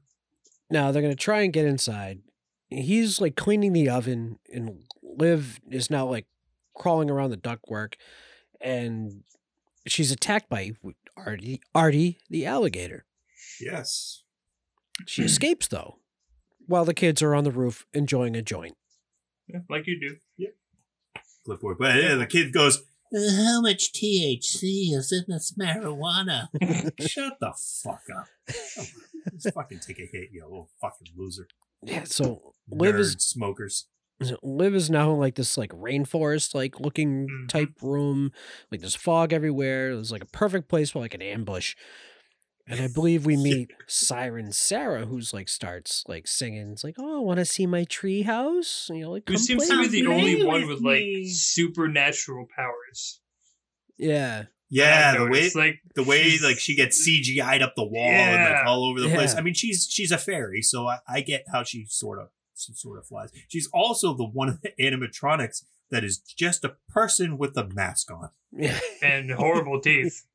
Speaker 9: Now they're gonna try and get inside. He's like cleaning the oven, and Liv is now like crawling around the ductwork, and she's attacked by Artie, Artie the alligator.
Speaker 1: Yes.
Speaker 9: She escapes though, while the kids are on the roof enjoying a joint.
Speaker 6: Yeah, like you do.
Speaker 1: Clipboard. But yeah, the kid goes,
Speaker 12: How much THC is in this marijuana?
Speaker 1: Shut the fuck up. Oh, Just fucking take a hit, you little fucking loser.
Speaker 9: Yeah, so Liv is-
Speaker 1: Nerd smokers.
Speaker 9: Liv is now in like this like rainforest like looking
Speaker 6: Mm-hmm.
Speaker 9: type room. Like there's fog everywhere. There's like a perfect place for like an ambush. And I believe we meet Siren Sarah, who's like starts like singing. It's like, oh, I want to see my tree house. You know, like
Speaker 6: Who
Speaker 9: come
Speaker 6: seems to
Speaker 9: play
Speaker 6: be the
Speaker 9: with me.
Speaker 6: only one with like supernatural powers.
Speaker 9: Yeah.
Speaker 1: Yeah,
Speaker 6: I
Speaker 1: the way
Speaker 6: noticed, like,
Speaker 1: the way like she gets CGI'd up the wall and
Speaker 6: Yeah.
Speaker 1: like all over the place.
Speaker 6: Yeah.
Speaker 1: I mean, she's she's a fairy, so I, I get how she sort of she sort of flies. She's also the one of the animatronics that is just a person with a mask on.
Speaker 6: and horrible teeth.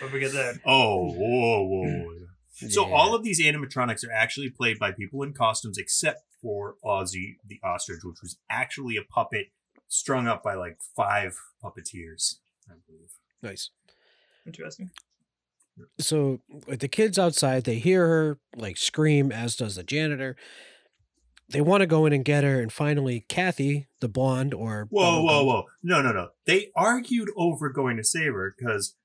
Speaker 6: Don't forget that.
Speaker 1: Oh, whoa, whoa. whoa. So all of these animatronics are actually played by people in costumes, except for Ozzy the ostrich, which was actually a puppet strung up by like five puppeteers. I believe.
Speaker 9: Nice.
Speaker 6: Interesting.
Speaker 9: so like, the kids outside they hear her like scream as does the janitor they want to go in and get her and finally kathy the blonde or
Speaker 1: Whoa,
Speaker 9: bubblegum-
Speaker 1: whoa, whoa! No, no, no. They argued over going to save her because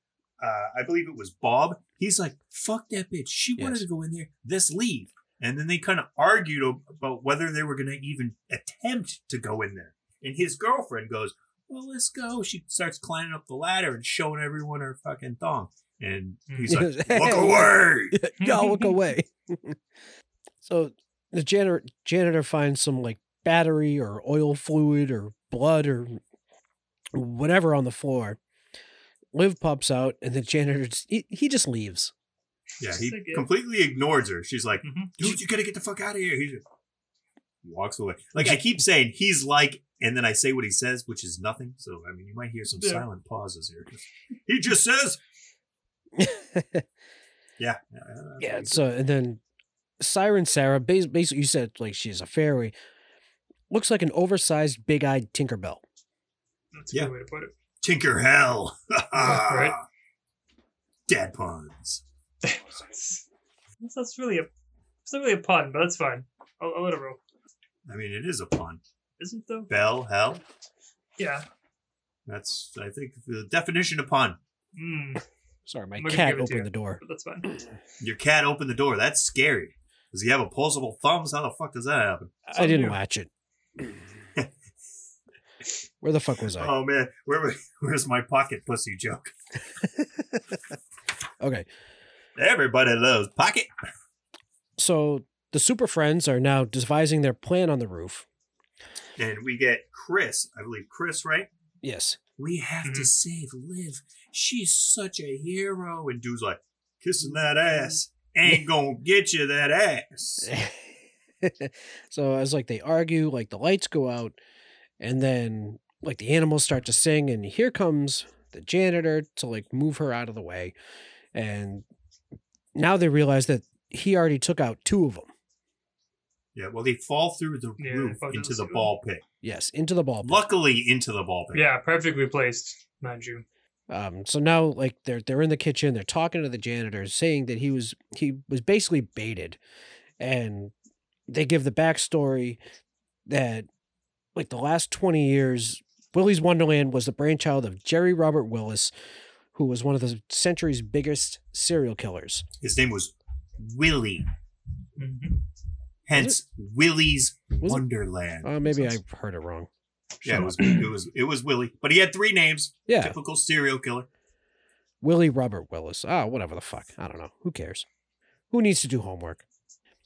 Speaker 1: uh, I believe it was Bob. He's like, "Fuck that bitch! She wanted
Speaker 9: Yes.
Speaker 1: to go in there. This leave." And then they kind of argued o- about whether they were going to even attempt to go in there. And his girlfriend goes, "Well, let's go." She starts climbing up the ladder and showing everyone her fucking thong. And he's like, "Look away!"
Speaker 9: yeah look away so the janitor janitor finds some like battery or oil fluid or blood or whatever on the floor liv pops out and the janitor just, he, he just leaves
Speaker 1: Yeah,
Speaker 9: Just
Speaker 1: he
Speaker 9: like it.
Speaker 1: completely ignores her. She's like,
Speaker 9: Mm-hmm.
Speaker 1: dude, you gotta get the fuck out of here. He just walks away. Like I keep saying, he's like, and then I say what he says, which is nothing. So I mean, you might hear some
Speaker 9: Yeah.
Speaker 1: silent pauses here. He just says, yeah,
Speaker 9: Yeah. So and then Siren Sarah, bas- basically, you said like she's a fairy. Looks like an oversized, big-eyed Tinkerbell.
Speaker 6: That's
Speaker 1: a yeah.
Speaker 6: good way to put it.
Speaker 1: Tinker hell,
Speaker 6: right.
Speaker 1: Dad puns.
Speaker 6: That's, that's really a it's not really a pun, but that's fine. I'll, I'll let it roll.
Speaker 1: I mean, it is a pun.
Speaker 6: Isn't though?
Speaker 1: Bell hell.
Speaker 6: Yeah.
Speaker 1: That's I think the definition of pun.
Speaker 6: Mm.
Speaker 9: Sorry, my
Speaker 6: I'm not gonna
Speaker 9: cat
Speaker 6: give it to
Speaker 9: opened
Speaker 6: you,
Speaker 9: the door.
Speaker 6: But that's fine.
Speaker 1: Your cat opened the door. That's scary. Does he have opposable thumbs? How the fuck does that happen?
Speaker 9: I didn't watch it. Where the fuck was
Speaker 6: Uh,
Speaker 9: I?
Speaker 1: Oh man, where were- where's my pocket pussy joke?
Speaker 9: Okay.
Speaker 1: Everybody loves pocket.
Speaker 9: So the super friends are now devising their plan on the roof.
Speaker 1: And we get Chris, I believe Chris, right?
Speaker 9: Yes.
Speaker 1: We have to save Liv. She's such a hero. And dude's like, kissing that ass ain't gonna get you that ass.
Speaker 9: so as like they argue, like the lights go out, and then like the animals start to sing, and here comes the janitor to like move her out of the way, and now they realize that he already took out two of them.
Speaker 1: Yeah, well, they fall through the roof into the ball pit.
Speaker 9: Yes, into the ball.
Speaker 1: Luckily, into the ball pit.
Speaker 6: Yeah, perfectly placed, mind you.
Speaker 9: Um, so now like they're they're in the kitchen, they're talking to the janitor, saying that he was he was basically baited, and they give the backstory that like the last twenty years, Willie's Wonderland was the brainchild of Jerry Robert Willis, who was one of the century's biggest serial killers.
Speaker 1: His name was Willie.
Speaker 6: Mm-hmm.
Speaker 1: Hence, Willie's Wonderland.
Speaker 9: Oh, Uh, maybe I heard it wrong.
Speaker 1: Yeah, it was it was it was Willie, but he had three names.
Speaker 9: Yeah.
Speaker 1: typical serial killer.
Speaker 9: Willie Robert Willis. Ah, whatever the fuck. I don't know. Who cares? Who needs to do homework?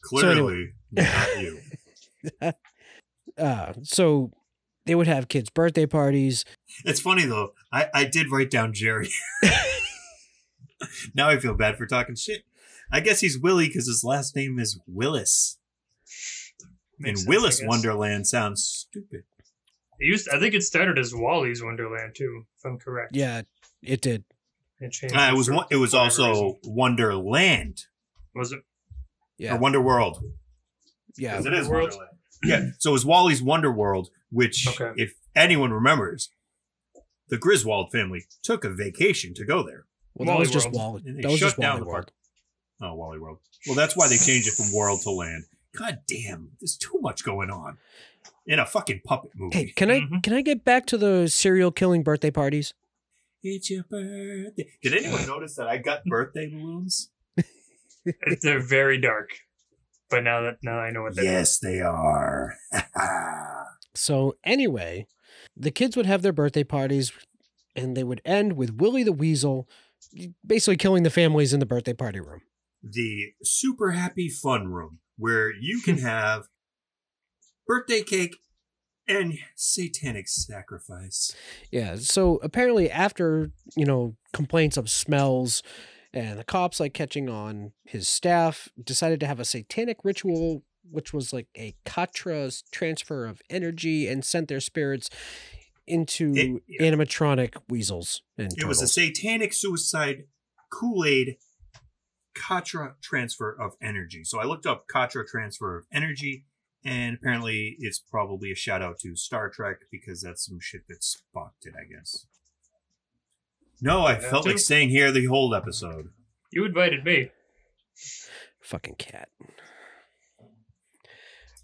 Speaker 9: So anyway-
Speaker 1: Clearly, not you.
Speaker 9: uh, so they would have kids' birthday parties.
Speaker 1: It's funny though. I I did write down Jerry. now I feel bad for talking shit. I guess he's Willie because his last name is Willis, and
Speaker 6: Makes sense, I
Speaker 1: Willis
Speaker 6: guess.
Speaker 1: Wonderland sounds stupid.
Speaker 6: It used, I think it started as Wally's Wonderland too, if I'm correct.
Speaker 9: Yeah, it did.
Speaker 6: It changed.
Speaker 1: Uh, it was
Speaker 6: for
Speaker 1: one- it was
Speaker 6: whatever
Speaker 1: also
Speaker 6: reason.
Speaker 1: Wonderland
Speaker 6: was it?
Speaker 9: Yeah.
Speaker 1: or Wonder World.
Speaker 9: Yeah.
Speaker 1: 'Cause it is
Speaker 6: World.
Speaker 1: Wonderland. Yeah. So it was Wally's Wonder World, which, if anyone remembers, the Griswold family took a vacation to go there.
Speaker 9: Well, that was just Wall.
Speaker 1: World. And they
Speaker 9: That was
Speaker 1: shut
Speaker 9: just
Speaker 1: down
Speaker 9: Wally
Speaker 1: the
Speaker 9: World.
Speaker 1: park. Oh, Wally World. Well, that's why they changed it from world to land. God damn, there's too much going on in a fucking puppet movie.
Speaker 9: Hey, can
Speaker 1: Mm-hmm.
Speaker 9: I can I get back to the serial killing birthday parties?
Speaker 1: It's your birthday. Did anyone notice that I got birthday balloons?
Speaker 6: They're very dark. But now that now I know what they
Speaker 1: Yes, they are.
Speaker 9: So anyway, the kids would have their birthday parties, and they would end with Willie the Weasel, basically killing the families in the birthday party room.
Speaker 1: the super happy fun room where you can have birthday cake and satanic sacrifice.
Speaker 9: Yeah. So apparently, after you know complaints of smells, and the cops like catching on, his staff decided to have a satanic ritual, which was like a katra transfer of energy, and sent their spirits into animatronic weasels and
Speaker 1: It was a
Speaker 9: turtles.
Speaker 1: satanic suicide Kool Aid Katra transfer of energy. So I looked up Katra transfer of energy, and apparently it's probably a shout out to Star Trek because that's some shit that Spock did, I guess. No, I
Speaker 6: Yeah,
Speaker 1: felt like
Speaker 6: too.
Speaker 1: staying here the whole episode.
Speaker 6: You invited me.
Speaker 9: fucking cat.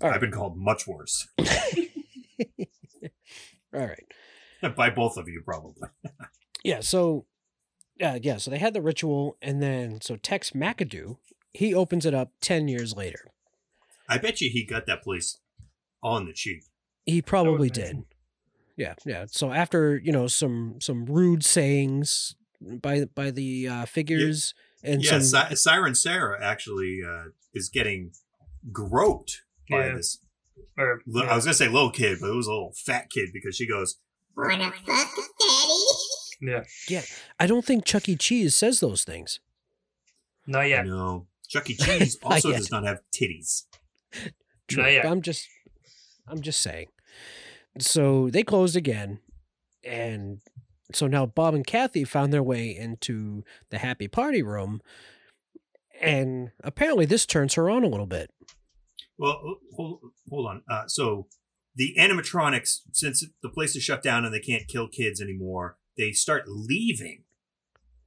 Speaker 1: I've been called much worse
Speaker 9: All right.
Speaker 1: by both of you, probably.
Speaker 9: Yeah, so uh, yeah, so they had the ritual, and then so Tex McAdoo he opens it up ten years later.
Speaker 1: I bet you he got that place on the cheap.
Speaker 9: He probably did. Yeah, yeah. So after you know some some rude sayings by by the uh, figures and
Speaker 1: yeah,
Speaker 9: some
Speaker 1: Si- Siren Sarah actually uh, is getting groped by
Speaker 6: Yeah.
Speaker 1: this.
Speaker 6: Or,
Speaker 1: li- I was gonna say little kid, but it was a little fat kid because she goes,
Speaker 10: Wanna fuck daddy?
Speaker 6: Yeah.
Speaker 9: yeah. I don't think Chuck E. Cheese says those things.
Speaker 6: Not yet.
Speaker 1: "No, Chuck E. Cheese
Speaker 9: Not
Speaker 1: also
Speaker 9: yet.
Speaker 1: does not have titties."
Speaker 9: True.
Speaker 6: Not yet.
Speaker 9: I'm just I'm just saying. So they closed again and so now Bob and Kathy found their way into the happy party room and apparently this turns her on a little bit.
Speaker 1: Well, hold, hold on. Uh, so the animatronics, since the place is shut down and they can't kill kids anymore, they start leaving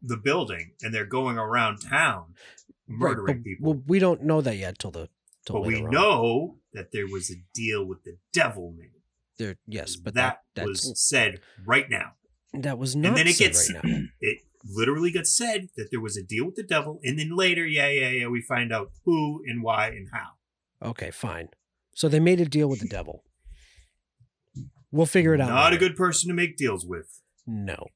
Speaker 1: the building and they're going around town murdering
Speaker 9: but,
Speaker 1: people.
Speaker 9: Well, we don't know that yet till the till
Speaker 1: But we
Speaker 9: later on.
Speaker 1: know that there was a deal with the devil made.
Speaker 9: there yes, but
Speaker 1: that,
Speaker 9: that, that
Speaker 1: was said right now.
Speaker 9: that was not
Speaker 1: and then it
Speaker 9: said
Speaker 1: gets
Speaker 9: right now.
Speaker 1: it literally got said that there was a deal with the devil, and then later, yeah, yeah, yeah, we find out who and why and how.
Speaker 9: Okay, fine. So they made a deal with the devil. We'll figure it out.
Speaker 1: Not a
Speaker 9: later.
Speaker 1: good person to make deals with.
Speaker 9: No,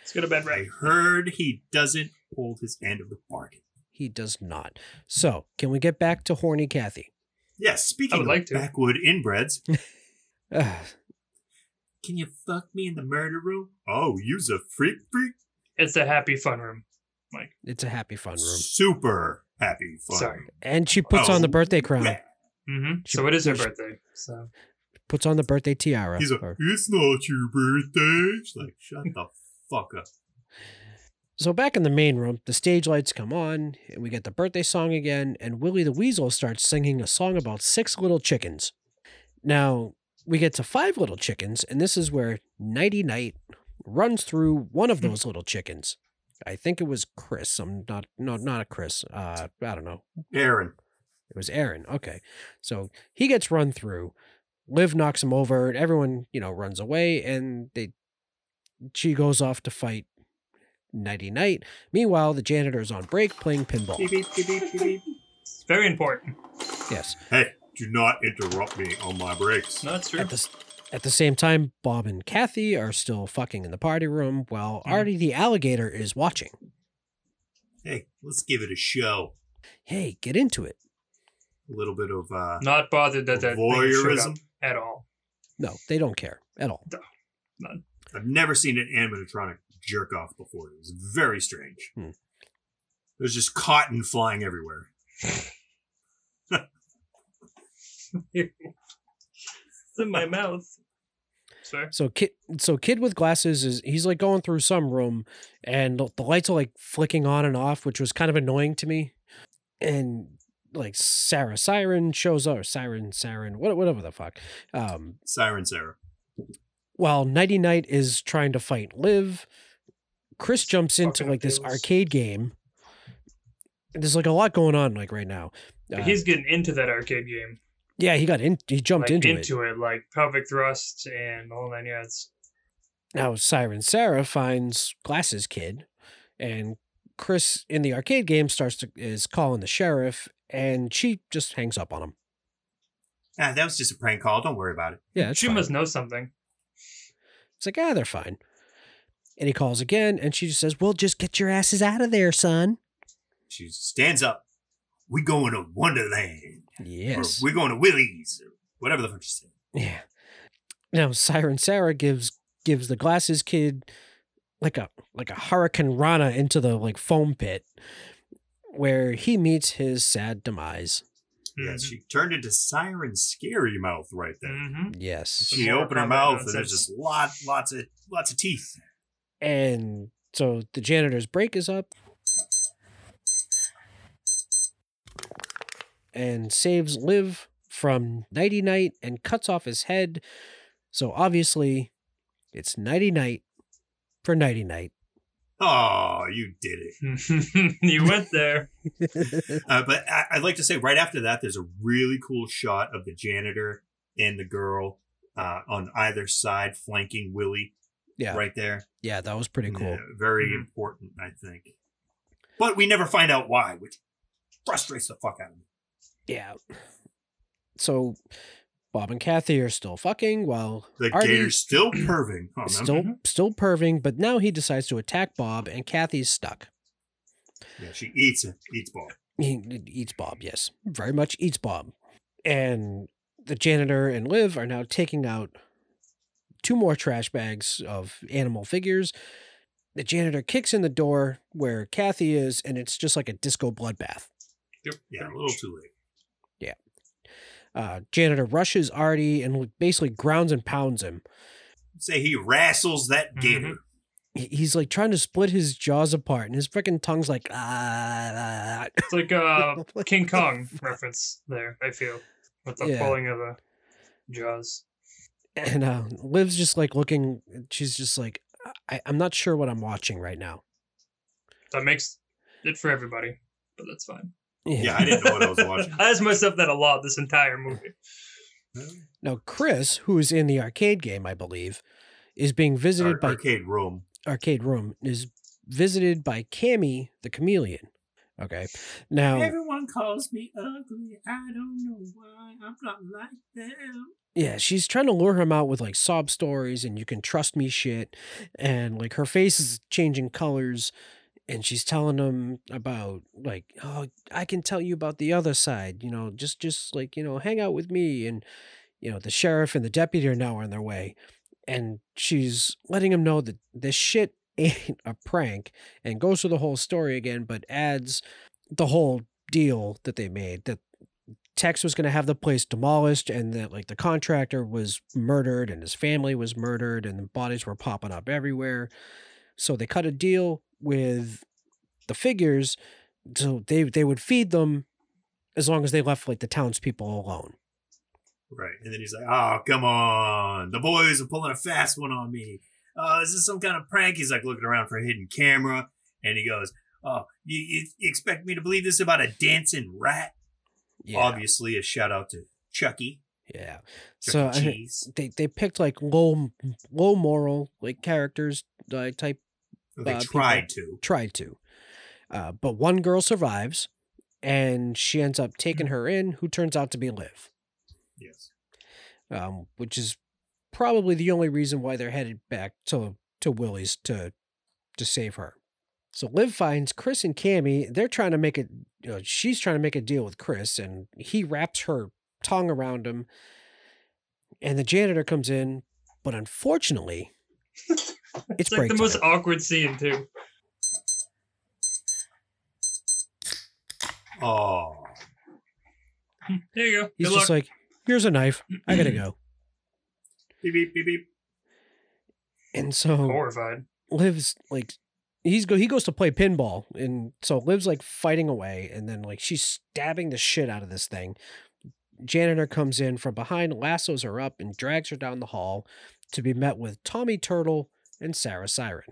Speaker 6: Let's go to bed,
Speaker 1: I
Speaker 6: right?
Speaker 1: heard he doesn't hold his end of the bargain.
Speaker 9: he does not. So can we get back to horny Kathy?
Speaker 1: Yes, speaking of
Speaker 6: like to.
Speaker 1: backwood inbreds,
Speaker 9: Ugh,
Speaker 1: can you fuck me in the murder room? Oh, you's a freak, freak,
Speaker 6: It's the happy fun room.
Speaker 9: it's a happy fun room.
Speaker 1: super happy fun.
Speaker 6: Sorry.
Speaker 9: And she puts on the
Speaker 1: Oh,
Speaker 9: birthday crown.
Speaker 1: yeah.
Speaker 6: Mm-hmm.
Speaker 9: She-
Speaker 6: So it is her
Speaker 9: she-
Speaker 6: birthday. So
Speaker 9: Puts on the birthday tiara.
Speaker 1: He's like,
Speaker 9: or-
Speaker 1: it's not your birthday. She's like, shut the fuck up.
Speaker 9: so back in the main room, the stage lights come on, and we get the birthday song again, and Willie the Weasel starts singing a song about six little chickens. Now we get to five little chickens, and this is where Nighty Night runs through one of those little chickens. I think it was Chris. I'm not no not a Chris. Uh I don't know.
Speaker 1: Aaron.
Speaker 9: It was Aaron. Okay. So he gets run through. Liv knocks him over. Everyone, you know, runs away and they she goes off to fight Nighty Night. Meanwhile, the janitor is on break playing pinball.
Speaker 6: beep, beep, beep, beep, beep, beep. It's very important.
Speaker 9: Yes.
Speaker 1: Hey, do not interrupt me on my breaks.
Speaker 6: No, it's true.
Speaker 9: At the, s- At the same time, Bob and Kathy are still fucking in the party room while Artie the alligator is watching.
Speaker 1: Hey, let's give it a show.
Speaker 9: Hey, get into it.
Speaker 1: A little bit of uh
Speaker 6: Not bothered that that thing showed up
Speaker 1: Voyeurism?
Speaker 6: at all.
Speaker 9: No, they don't care at all.
Speaker 1: I've never seen an animatronic jerk off before. It was very strange.
Speaker 9: Hmm.
Speaker 1: There's just cotton flying everywhere.
Speaker 6: It's in my mouth. Sir.
Speaker 9: So kid, so kid with glasses is he's like going through some room, and the- the lights are like flicking on and off, which was kind of annoying to me. And like Sarah Siren shows up, or Siren Siren, what whatever the fuck. Um,
Speaker 1: Siren Sarah.
Speaker 9: while Nighty Night is trying to fight Liv, Chris jumps into like this arcade game. And there's like a lot going on like right now. Uh,
Speaker 6: But he's getting into that arcade game.
Speaker 9: yeah, he got in, he jumped
Speaker 6: like,
Speaker 9: into, it.
Speaker 6: it. like pelvic thrust and all that. Yeah, it's
Speaker 9: Now Siren Sarah finds Glasses Kid, and Chris in the arcade game starts to is calling the sheriff, and she just hangs up on him.
Speaker 1: Ah, that was just a prank call. Don't worry about it.
Speaker 9: Yeah, it's
Speaker 6: she
Speaker 9: fine.
Speaker 6: must know something.
Speaker 9: It's like ah, they're fine. And he calls again, and she just says, "Well, just get your asses out of there, son."
Speaker 1: She stands up. We going to Wonderland.
Speaker 9: Yes.
Speaker 1: Or we're going to Willie's. Or whatever the fuck she said.
Speaker 9: Yeah. Now Siren Sarah gives gives the Glasses Kid like a like a hurricane rana into the like foam pit, where he meets his sad demise.
Speaker 1: Yeah, she turned into Siren Scary Mouth right there.
Speaker 6: Mm-hmm.
Speaker 9: Yes.
Speaker 1: She opened her mouth and there's just lot, lots of lots of teeth.
Speaker 9: And so the janitor's break is up. And saves Liv from Nighty Night and cuts off his head. So obviously, it's Nighty Night for Nighty Night.
Speaker 1: Oh, you did
Speaker 6: it. Mm-hmm. you went there.
Speaker 1: uh, but I, I'd like to say right after that, there's a really cool shot of the janitor and the girl uh, on either side flanking Willie.
Speaker 9: Yeah.
Speaker 1: Right there.
Speaker 9: Yeah, that was pretty cool.
Speaker 1: Yeah, very
Speaker 8: Mm-hmm.
Speaker 1: important, I think. But we never find out why, which frustrates the fuck out of me.
Speaker 9: Yeah. So Bob and Kathy are still fucking while
Speaker 1: The
Speaker 9: Artie
Speaker 1: gator's still perving. Oh, on them.
Speaker 9: still still perving, but now he decides to attack Bob and Kathy's stuck.
Speaker 8: Mm-hmm.
Speaker 1: Yeah, she eats it. Eats ball.
Speaker 9: He eats Bob, yes. Very much eats Bob. And the janitor and Liv are now taking out two more trash bags of animal figures. The janitor kicks in the door where Kathy is, and it's just like a disco bloodbath.
Speaker 1: Yeah, a little too late.
Speaker 9: Yeah. Uh, janitor rushes Artie and basically grounds and pounds him.
Speaker 1: Say he wrestles
Speaker 8: Mm-hmm.
Speaker 1: that gator.
Speaker 9: He- He's like trying to split his jaws apart, and his freaking tongue's like, ah.
Speaker 6: It's like a King Kong reference there, I feel. With the
Speaker 9: Yeah.
Speaker 6: pulling of the jaws.
Speaker 9: and uh, Liv's just like looking. She's just like, I, I'm not sure what I'm watching right now.
Speaker 6: That makes it for everybody, but that's fine.
Speaker 9: Yeah.
Speaker 1: Yeah, I didn't know what I was watching.
Speaker 6: I asked myself that a lot this entire movie.
Speaker 9: Now Chris, who is in the arcade game, I believe, is being visited
Speaker 1: Ar-
Speaker 9: by
Speaker 1: arcade room.
Speaker 9: arcade room is visited by Cammy the chameleon. Okay, now
Speaker 8: Everyone calls me ugly. I don't know why. I'm not like them.
Speaker 9: yeah, she's trying to lure him out with like sob stories and you can trust me shit, and like her face is changing colors. And she's telling him about like, oh, I can tell you about the other side, you know, just just like you know, hang out with me, and you know, the sheriff and the deputy are now on their way, and she's letting him know that this shit ain't a prank, and goes through the whole story again, but adds the whole deal that they made that Tex was going to have the place demolished, and that like the contractor was murdered, and his family was murdered, and the bodies were popping up everywhere. So they cut a deal with the figures, so they they would feed them as long as they left like the townspeople alone.
Speaker 1: Right. And then he's like, oh, come on. The boys are pulling a fast one on me. Oh, is this some kind of prank? He's like looking around for a hidden camera. And he goes, oh, you, you expect me to believe this about a dancing rat?
Speaker 9: Yeah.
Speaker 1: Obviously, a shout out to Chucky.
Speaker 9: Yeah.
Speaker 1: Chuck
Speaker 9: so
Speaker 1: E.
Speaker 9: I mean,
Speaker 1: Cheese.
Speaker 9: they they picked like low low moral like characters like type.
Speaker 1: Or they
Speaker 9: people.
Speaker 1: tried to.
Speaker 9: tried to, uh, but one girl survives, and she ends up taking her in, who turns out to be Liv,
Speaker 1: Yes.
Speaker 9: um, which is probably the only reason why they're headed back to to Willie's to to save her. So Liv finds Chris and Cammy. They're trying to make it. You know, she's trying to make a deal with Chris, and he wraps her tongue around him. And the janitor comes in, but unfortunately, it's,
Speaker 6: It's like
Speaker 9: break
Speaker 6: the
Speaker 9: time.
Speaker 6: most awkward scene too.
Speaker 1: Oh.
Speaker 6: There you go.
Speaker 9: He's
Speaker 6: Good
Speaker 9: just
Speaker 6: luck.
Speaker 9: like, "Here's a knife. I gotta go."
Speaker 1: Beep, beep, beep, beep.
Speaker 9: And so
Speaker 6: horrified.
Speaker 9: Liv's like he's go he goes to play pinball and so Liv's like fighting away and then like she's stabbing the shit out of this thing. Janitor comes in from behind, lassos her up, and drags her down the hall to be met with Tommy Turtle and Sarah Siren.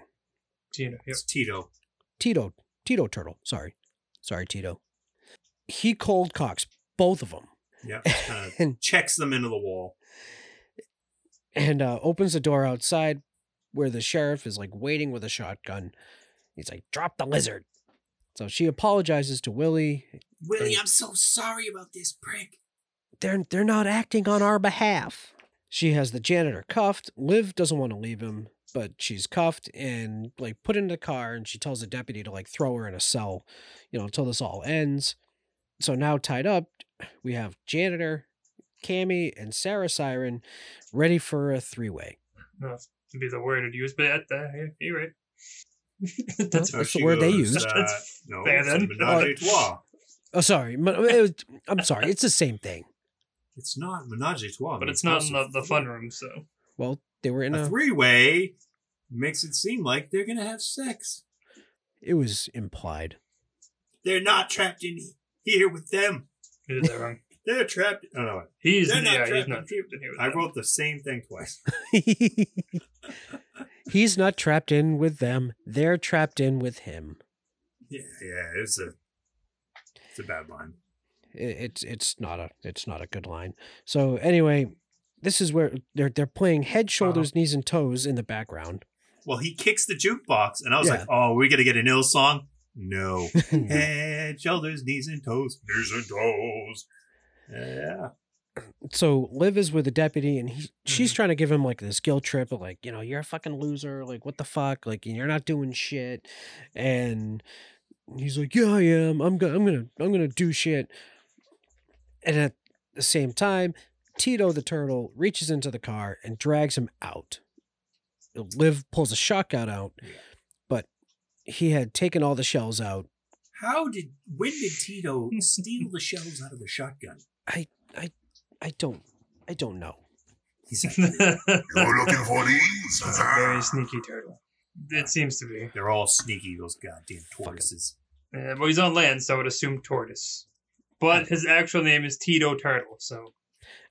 Speaker 6: Tino, yep.
Speaker 1: It's Tito.
Speaker 9: Tito Tito Turtle, sorry. Sorry, Tito. He cold cocks both of them
Speaker 1: Yep. Kind of checks them into the wall.
Speaker 9: and uh, opens the door outside where the sheriff is like waiting with a shotgun. He's like, drop the lizard. So she apologizes to Willie
Speaker 8: Willie, I'm so sorry about this prank.
Speaker 9: they're they're not acting on our behalf. She has the janitor cuffed. Liv doesn't want to leave him, but she's cuffed and like put in the car and she tells the deputy to like throw her in a cell, you know, until this all ends. So now tied up, we have janitor, Cammy, and Sarah Siren ready for a three-way.
Speaker 6: Uh, would be the word I'd use, but at the, you're right.
Speaker 9: That's,
Speaker 1: So
Speaker 9: that's the
Speaker 1: she
Speaker 9: word they
Speaker 1: goes,
Speaker 9: used.
Speaker 1: uh,
Speaker 6: That's
Speaker 1: no,
Speaker 6: fair
Speaker 1: it's a
Speaker 6: then.
Speaker 1: menage a trois.
Speaker 9: Oh, sorry. But it was, I'm sorry. It's the same thing.
Speaker 1: It's not menage a trois.
Speaker 6: But
Speaker 1: I mean,
Speaker 6: it's not in
Speaker 1: also
Speaker 6: the, the fun room, so
Speaker 9: Well, they were in
Speaker 1: a
Speaker 9: a.
Speaker 1: three way. Makes it seem like they're gonna have sex.
Speaker 9: It was implied.
Speaker 1: They're not trapped in here with them.
Speaker 6: you did that wrong.
Speaker 1: They're trapped. Oh no,
Speaker 6: He's
Speaker 1: they're
Speaker 6: yeah, he's
Speaker 1: trapped
Speaker 6: not.
Speaker 1: in
Speaker 6: trapped in here with
Speaker 1: I
Speaker 6: them.
Speaker 1: wrote the same thing twice.
Speaker 9: He's not trapped in with them. They're trapped in with him.
Speaker 1: yeah, yeah, it's a it's a bad line.
Speaker 9: I- it's it's not a it's not a good line. So anyway, this is where they're they're playing head, shoulders, knees, and toes in the background.
Speaker 1: Well, he kicks the jukebox, and I was
Speaker 9: Yeah.
Speaker 1: like, "Oh, we're gonna get an ill song." No, head, shoulders, knees, and toes, knees and toes. Yeah,
Speaker 9: So Liv is with the deputy, and he, she's trying to give him like this guilt trip of like you know you're a fucking loser, like what the fuck, like you're not doing shit, and he's like yeah I am, I'm gonna I'm gonna I'm gonna do shit, and at the same time, Tito the turtle reaches into the car and drags him out. Liv pulls a shotgun out, but he had taken all the shells out.
Speaker 1: how did when did Tito steal the shells out of the shotgun?
Speaker 9: I I I don't I don't know.
Speaker 1: He's like,
Speaker 11: You're looking for these?
Speaker 6: He's a very sneaky turtle. It seems to be.
Speaker 1: they're all sneaky, those goddamn tortoises.
Speaker 6: Uh, well, he's on land, so I would assume tortoise. But his actual name is Tito Turtle, so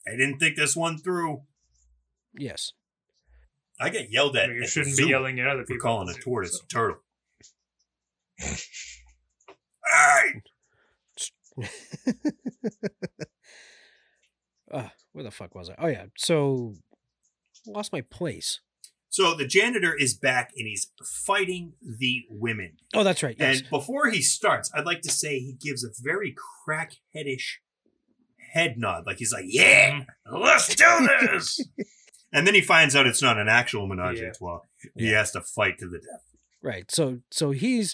Speaker 1: I didn't think this one through.
Speaker 9: Yes.
Speaker 1: I get yelled at.
Speaker 6: you
Speaker 1: at the
Speaker 6: shouldn't
Speaker 1: zoo
Speaker 6: be yelling at other
Speaker 1: for
Speaker 6: people.
Speaker 1: calling a
Speaker 6: so-
Speaker 1: tortoise
Speaker 6: so-
Speaker 1: a turtle. Hey!
Speaker 9: uh, where the fuck was I? Oh yeah, so lost my place.
Speaker 1: So the janitor is back and he's fighting the women.
Speaker 9: Oh, that's right. Yes.
Speaker 1: And before he starts, I'd like to say he gives a very crackheadish head nod. Like he's like, yeah,
Speaker 6: Mm-hmm.
Speaker 1: let's do this. and then he finds out it's not an actual menage a
Speaker 6: Yeah.
Speaker 1: trois. He has to fight to the death.
Speaker 9: Right. So so he's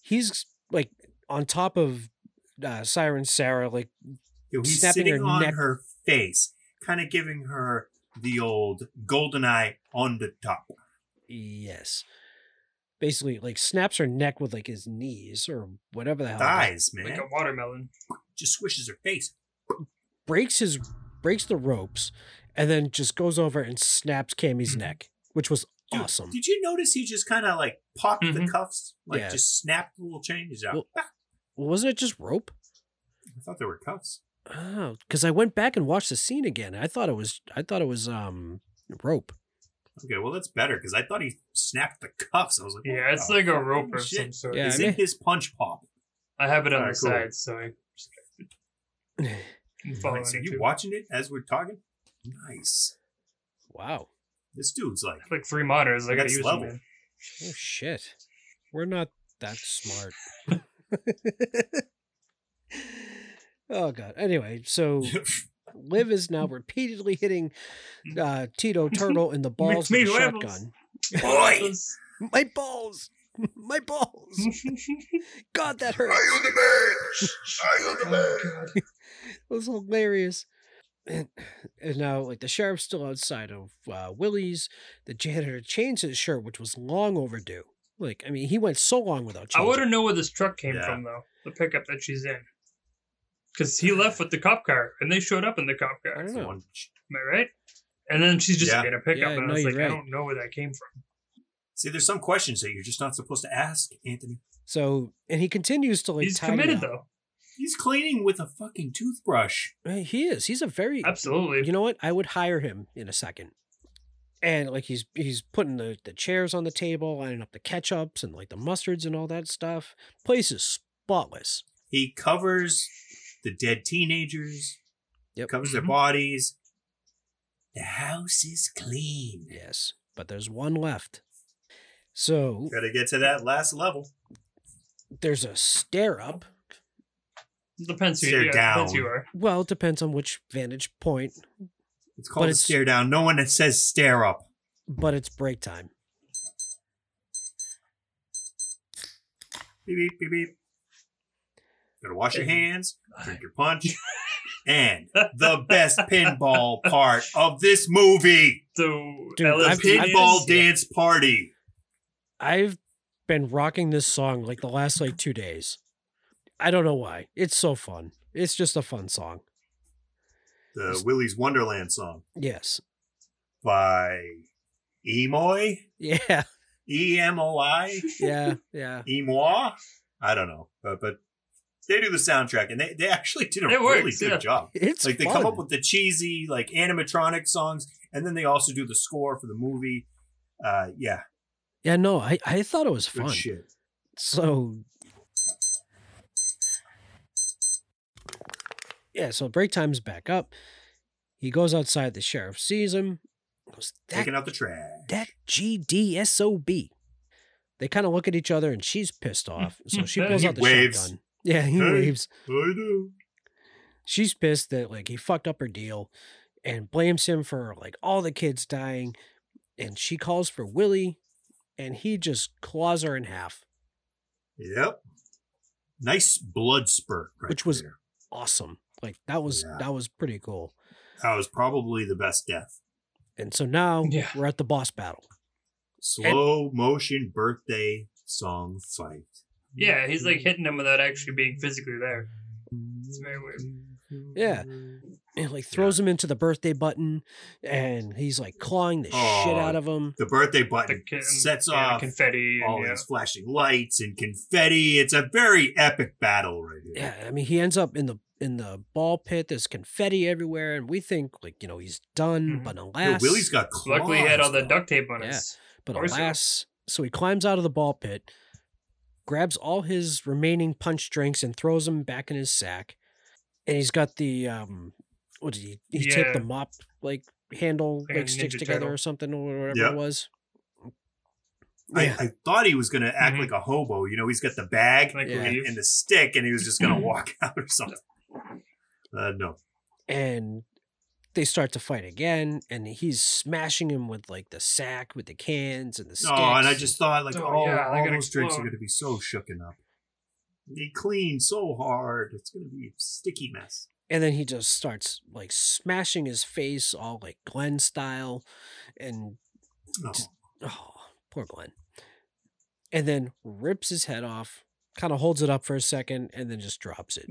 Speaker 9: he's like on top of uh, Siren Sarah, like
Speaker 1: You know, he's
Speaker 9: Snapping
Speaker 1: sitting
Speaker 9: her
Speaker 1: on
Speaker 9: neck.
Speaker 1: her face, kind of giving her the old golden eye on the top.
Speaker 9: Oh, yes. Basically like snaps her neck with like his knees or whatever the hell.
Speaker 1: Thighs, man.
Speaker 6: Like a watermelon.
Speaker 1: Just swishes her face.
Speaker 9: Breaks his breaks the ropes and then just goes over and snaps Cammy's neck, which was
Speaker 1: Mm-hmm. Dude,
Speaker 9: awesome.
Speaker 1: Did you notice he just kind of like popped
Speaker 6: Mhm.
Speaker 1: the cuffs, like
Speaker 9: Mm-hmm. Yeah.
Speaker 1: just snapped the little changes out?
Speaker 9: Well-
Speaker 1: Ah,
Speaker 9: Wasn't it just rope?
Speaker 1: I thought they were cuffs.
Speaker 9: Oh, because I went back and watched the scene again. I thought it was I thought it was um rope.
Speaker 1: Okay, well that's better because I thought he snapped the cuffs. I was like,
Speaker 6: Yeah, it's
Speaker 1: oh,
Speaker 6: like a
Speaker 1: fucking
Speaker 6: rope of
Speaker 1: shit.
Speaker 6: some sort.
Speaker 9: Yeah,
Speaker 1: Is
Speaker 9: I
Speaker 1: in
Speaker 9: mean-
Speaker 1: his punch pop?
Speaker 6: I have it on
Speaker 1: Alright,
Speaker 6: the
Speaker 1: cool.
Speaker 6: side, so I can follow
Speaker 1: Like, so
Speaker 6: it
Speaker 1: you
Speaker 6: too.
Speaker 1: watching it as we're talking? Nice.
Speaker 9: Wow.
Speaker 1: This dude's like,
Speaker 6: Like three monitors, I
Speaker 1: Like,
Speaker 6: gotta
Speaker 1: it's
Speaker 6: use
Speaker 1: level.
Speaker 6: them. man.
Speaker 9: Oh shit. We're not that smart. oh god. Anyway, so Liv is now repeatedly hitting uh, Tito Turtle in the balls with
Speaker 6: me
Speaker 9: a
Speaker 6: levels.
Speaker 9: shotgun.
Speaker 6: Boy!
Speaker 9: my balls, my balls. God, that hurts. Oh, it was hilarious. And, and now, like the sheriff's still outside of uh, Willie's. The janitor changed his shirt, which was long overdue. Like, I mean, he went so long without.
Speaker 6: I
Speaker 9: Changing.
Speaker 6: want to know where this truck came
Speaker 9: Yeah.
Speaker 6: from, though. The pickup that she's in. Because he left with the cop car, and they showed up in the cop car. I don't
Speaker 9: know.
Speaker 6: Am I right? And then she's just
Speaker 1: Yeah.
Speaker 6: in a pickup,
Speaker 1: Yeah,
Speaker 6: and
Speaker 1: no,
Speaker 6: I was
Speaker 1: you're
Speaker 6: like, I
Speaker 1: right.
Speaker 6: don't know where that came from.
Speaker 1: See, there's some questions that you're just not supposed to ask, Anthony.
Speaker 9: So, and he continues to like.
Speaker 1: He's
Speaker 9: tidy
Speaker 1: committed,
Speaker 9: up.
Speaker 1: though. He's cleaning with a fucking toothbrush.
Speaker 9: Right, He is. He's a very
Speaker 6: absolutely.
Speaker 9: You know what? I would hire him in a second. And like he's he's putting the, the chairs on the table, lining up the ketchups and like the mustards and all that stuff. Place is spotless.
Speaker 1: He covers the dead teenagers.
Speaker 9: Yep. Mm-hmm.
Speaker 1: Covers their bodies. The house is clean.
Speaker 9: Yes, but there's one left. So
Speaker 1: Gotta get to that last level.
Speaker 9: there's a stair up.
Speaker 6: Depends who,
Speaker 1: Stare
Speaker 6: yeah, depends
Speaker 1: down.
Speaker 6: who you are.
Speaker 9: Well, it depends on which vantage point.
Speaker 1: It's called a
Speaker 9: it's-
Speaker 1: stare down. No one that says stare up.
Speaker 9: But it's break time.
Speaker 1: Beep, beep, beep, beep. Gotta wash your hands, drink your punch, and the best pinball part of this movie.
Speaker 6: So,
Speaker 9: Dude,
Speaker 1: the
Speaker 9: I've-
Speaker 1: pinball
Speaker 9: I've-
Speaker 1: dance party.
Speaker 9: I've been rocking this song like the last like two days. I don't know why. It's so fun. It's just a fun song.
Speaker 1: The Willy's Wonderland song
Speaker 9: Yes.
Speaker 1: by Emoy.
Speaker 9: Yeah.
Speaker 1: E M O I.
Speaker 9: Yeah. Yeah.
Speaker 1: Emoy. I don't know, but but they do the soundtrack, and they, they actually did a
Speaker 6: It
Speaker 1: really
Speaker 6: works,
Speaker 1: good
Speaker 6: yeah.
Speaker 1: job.
Speaker 9: It's
Speaker 1: like they
Speaker 9: fun.
Speaker 1: come up with the cheesy like animatronic songs, and then they also do the score for the movie. Uh, yeah,
Speaker 9: Yeah, no, I, I thought it was
Speaker 1: good
Speaker 9: fun.
Speaker 1: shit.
Speaker 9: So Yeah, so break time's back up. He goes outside, the sheriff sees him. Goes, that,
Speaker 1: Taking out the trash.
Speaker 9: that GDSOB. They kind of look at each other and she's pissed off. So she pulls
Speaker 1: He
Speaker 9: out the
Speaker 1: waves.
Speaker 9: shotgun. Yeah, he
Speaker 1: Hey,
Speaker 9: waves.
Speaker 1: I do.
Speaker 9: She's pissed that like he fucked up her deal and blames him for like all the kids dying. And she calls for Willie and he just claws her in half.
Speaker 1: Yep. Nice blood spurt, right
Speaker 9: Which was
Speaker 1: there.
Speaker 9: awesome. Like that was
Speaker 1: Yeah.
Speaker 9: that was pretty cool.
Speaker 1: That was probably the best death.
Speaker 9: And so now we're at the boss battle.
Speaker 1: Slow motion birthday song fight.
Speaker 6: Yeah, he's like hitting him without actually being physically there. It's very weird.
Speaker 9: Yeah. And like throws him into the birthday button and he's like clawing the shit
Speaker 1: Oh,
Speaker 9: out of him.
Speaker 1: The birthday button sets
Speaker 6: yeah,
Speaker 1: off
Speaker 6: confetti and,
Speaker 1: all
Speaker 6: yeah.
Speaker 1: these flashing lights and confetti. It's a very epic battle right here.
Speaker 9: Yeah, I mean he ends up in the in the ball pit, there's confetti everywhere, and we think like, you know, he's done, but alas
Speaker 1: Willie's got claws.
Speaker 6: Luckily, he had all the
Speaker 1: though.
Speaker 6: duct tape on
Speaker 9: Yeah,
Speaker 6: his.
Speaker 9: But
Speaker 6: torso.
Speaker 9: alas, so he climbs out of the ball pit, grabs all his remaining punch drinks and throws them back in his sack. And he's got the um, what did he? He taped the
Speaker 6: Yeah.
Speaker 9: mop like handle
Speaker 6: Like a
Speaker 9: like sticks
Speaker 6: Ninja
Speaker 9: together
Speaker 6: Turtle.
Speaker 9: or something or whatever
Speaker 1: Yeah.
Speaker 9: it was.
Speaker 1: I,
Speaker 9: Yeah. Mm-hmm.
Speaker 1: I thought he was going to act like a hobo. You know, he's got the bag
Speaker 6: Like
Speaker 1: and,
Speaker 6: leave.
Speaker 1: and the stick, and he was just going
Speaker 9: Mm-hmm.
Speaker 1: to walk out or something. Uh, no.
Speaker 9: And they start to fight again, and he's smashing him with like the sack with the cans and the sticks.
Speaker 1: No, and I just thought, like,
Speaker 6: Oh,
Speaker 1: oh,
Speaker 6: yeah, they're
Speaker 1: all
Speaker 6: gonna
Speaker 1: those drinks are
Speaker 6: explode.
Speaker 1: going to be so shooken up. They clean so hard. It's going to be a sticky mess.
Speaker 9: and then he just starts like smashing his face all like Glenn style, and
Speaker 1: Oh.
Speaker 9: just- oh, poor Glenn. And then rips his head off, kind of holds it up for a second, and then just drops it.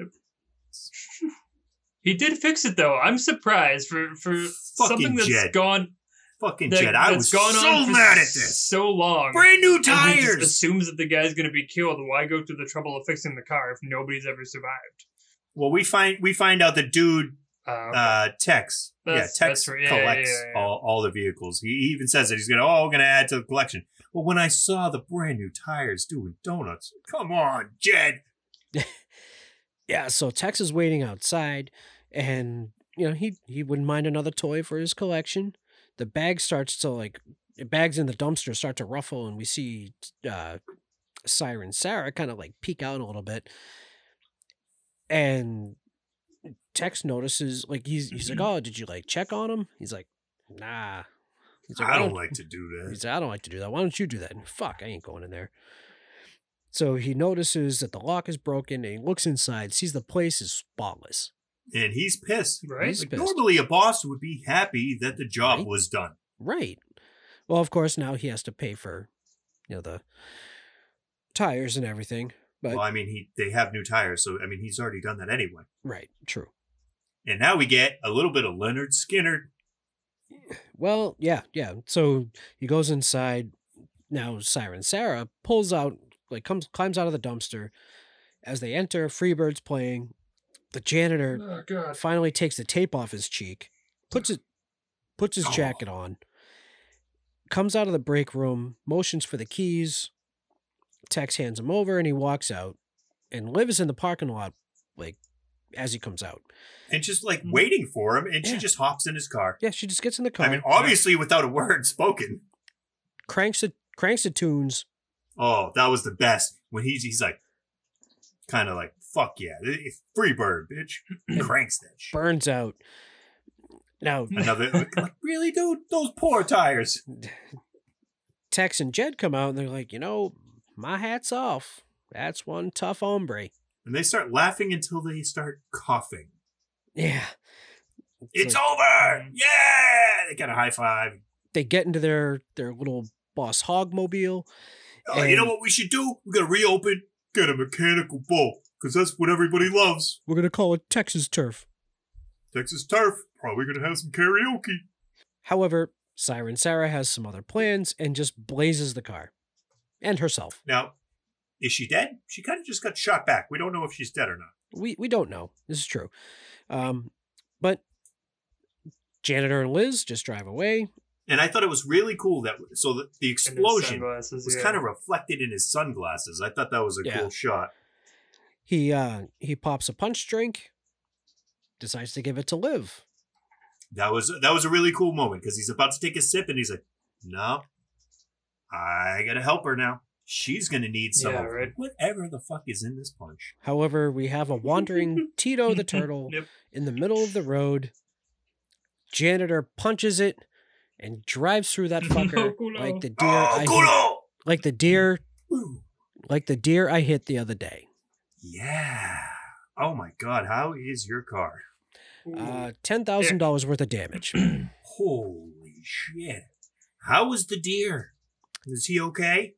Speaker 6: He did fix it though. I'm surprised for for something that's
Speaker 1: Jed.
Speaker 6: gone.
Speaker 1: Fucking
Speaker 6: that,
Speaker 1: Jed, I was
Speaker 6: that's gone
Speaker 1: so
Speaker 6: on for
Speaker 1: mad at this.
Speaker 6: So long.
Speaker 1: Brand new
Speaker 6: And he just
Speaker 1: tires.
Speaker 6: assumes that the guy's going to be killed. Why go through the trouble of fixing the car if nobody's ever survived?
Speaker 1: Well, we find we find out the dude
Speaker 6: Uh,
Speaker 1: uh, Tex,
Speaker 6: That's-
Speaker 1: yeah, Tex
Speaker 6: that's right. Yeah, yeah,
Speaker 1: collects
Speaker 6: yeah, yeah.
Speaker 1: All, all the vehicles. He he even says that he's gonna oh, I'm gonna add to the collection. Well, when I saw the brand new tires doing donuts, come on, Jed.
Speaker 9: Yeah, so Tex is waiting outside, and you know he he wouldn't mind another toy for his collection. The bag starts to like bags in the dumpster start to ruffle, and we see uh, Siren Sarah kind of like peek out a little bit, and text notices. Like he's he's like, oh, did you like check on him? He's like, nah. He's like, "Oh,
Speaker 1: I
Speaker 9: "Why
Speaker 1: don't like to do that.
Speaker 9: He's like, I don't like to do that. Why don't you do that? And fuck, I ain't going in there. So he notices that the lock is broken and he looks inside, sees the place is spotless.
Speaker 1: And he's pissed.
Speaker 9: Right. He's
Speaker 1: Like,
Speaker 9: pissed.
Speaker 1: Normally, a boss would be happy that the job
Speaker 9: Right.
Speaker 1: was done.
Speaker 9: Right. Well, of course, now he has to pay for, you know, the tires and everything. But
Speaker 1: well, I mean, he they have new tires, so I mean, he's already done that anyway.
Speaker 9: right, true.
Speaker 1: And now we get a little bit of Leonard Skinner.
Speaker 9: Well, yeah, yeah. So he goes inside. Now Siren Sarah pulls out, like comes climbs out of the dumpster. As they enter, Freebird's playing. The
Speaker 6: Oh,
Speaker 9: janitor finally takes the tape off his cheek, puts it, puts his jacket
Speaker 1: Oh.
Speaker 9: on. Comes out of the break room, motions for the keys. Tex hands him over, and he walks out. And Liv is in the parking lot, like as he comes out.
Speaker 1: And just like waiting for him, and she just hops in his car.
Speaker 9: Yeah, she just gets in the Mm. car.
Speaker 1: I mean, obviously without a word spoken.
Speaker 9: cranks the cranks the tunes.
Speaker 1: Oh, that was the best when he's he's like, kind of like, fuck yeah, it's Freebird, bitch, cranks that shit.
Speaker 9: burns out. Now
Speaker 1: Another like, really, dude, those poor tires.
Speaker 9: Tex and Jed come out and they're like, you know, my hat's off. That's one tough hombre.
Speaker 1: And they start laughing until they start coughing.
Speaker 9: Yeah.
Speaker 1: It's
Speaker 9: like-
Speaker 1: over! Yeah! They got a high five.
Speaker 9: They get into their their little boss hog mobile.
Speaker 1: Oh, you know what we should do? We're gonna reopen, get a mechanical bull, because that's what everybody loves.
Speaker 9: We're gonna call it Texas turf.
Speaker 1: Texas turf, probably gonna have some karaoke.
Speaker 9: However, Siren Sarah has some other plans and just blazes the car. And herself.
Speaker 1: Now, is she dead? She kind of just got shot back. We don't know if she's dead or not.
Speaker 9: We we don't know. This is true. Um but janitor and Liz just drive away.
Speaker 1: And I thought it was really cool that so the, the explosion was
Speaker 6: sunglasses, yeah.
Speaker 1: kind of reflected in his sunglasses. I thought that was a
Speaker 9: Yeah.
Speaker 1: cool shot.
Speaker 9: He uh he pops a punch drink, decides to give it to Liv.
Speaker 1: That was that was a really cool moment because he's about to take a sip and he's like, "No, I gotta help her now. She's gonna need some
Speaker 6: Yeah,
Speaker 1: of
Speaker 6: right.
Speaker 1: whatever the fuck is in this punch."
Speaker 9: However, we have a wandering Tito the turtle in the middle of the road. Janitor punches it and drives through that fucker
Speaker 6: culo.
Speaker 9: like the deer
Speaker 6: Oh,
Speaker 9: I
Speaker 6: culo!
Speaker 9: hit, like the deer like the deer I hit the other day.
Speaker 1: Yeah. Oh my god, how is your car?
Speaker 9: Uh, ten thousand dollars worth of damage.
Speaker 1: Holy shit! How was the deer? Is he okay?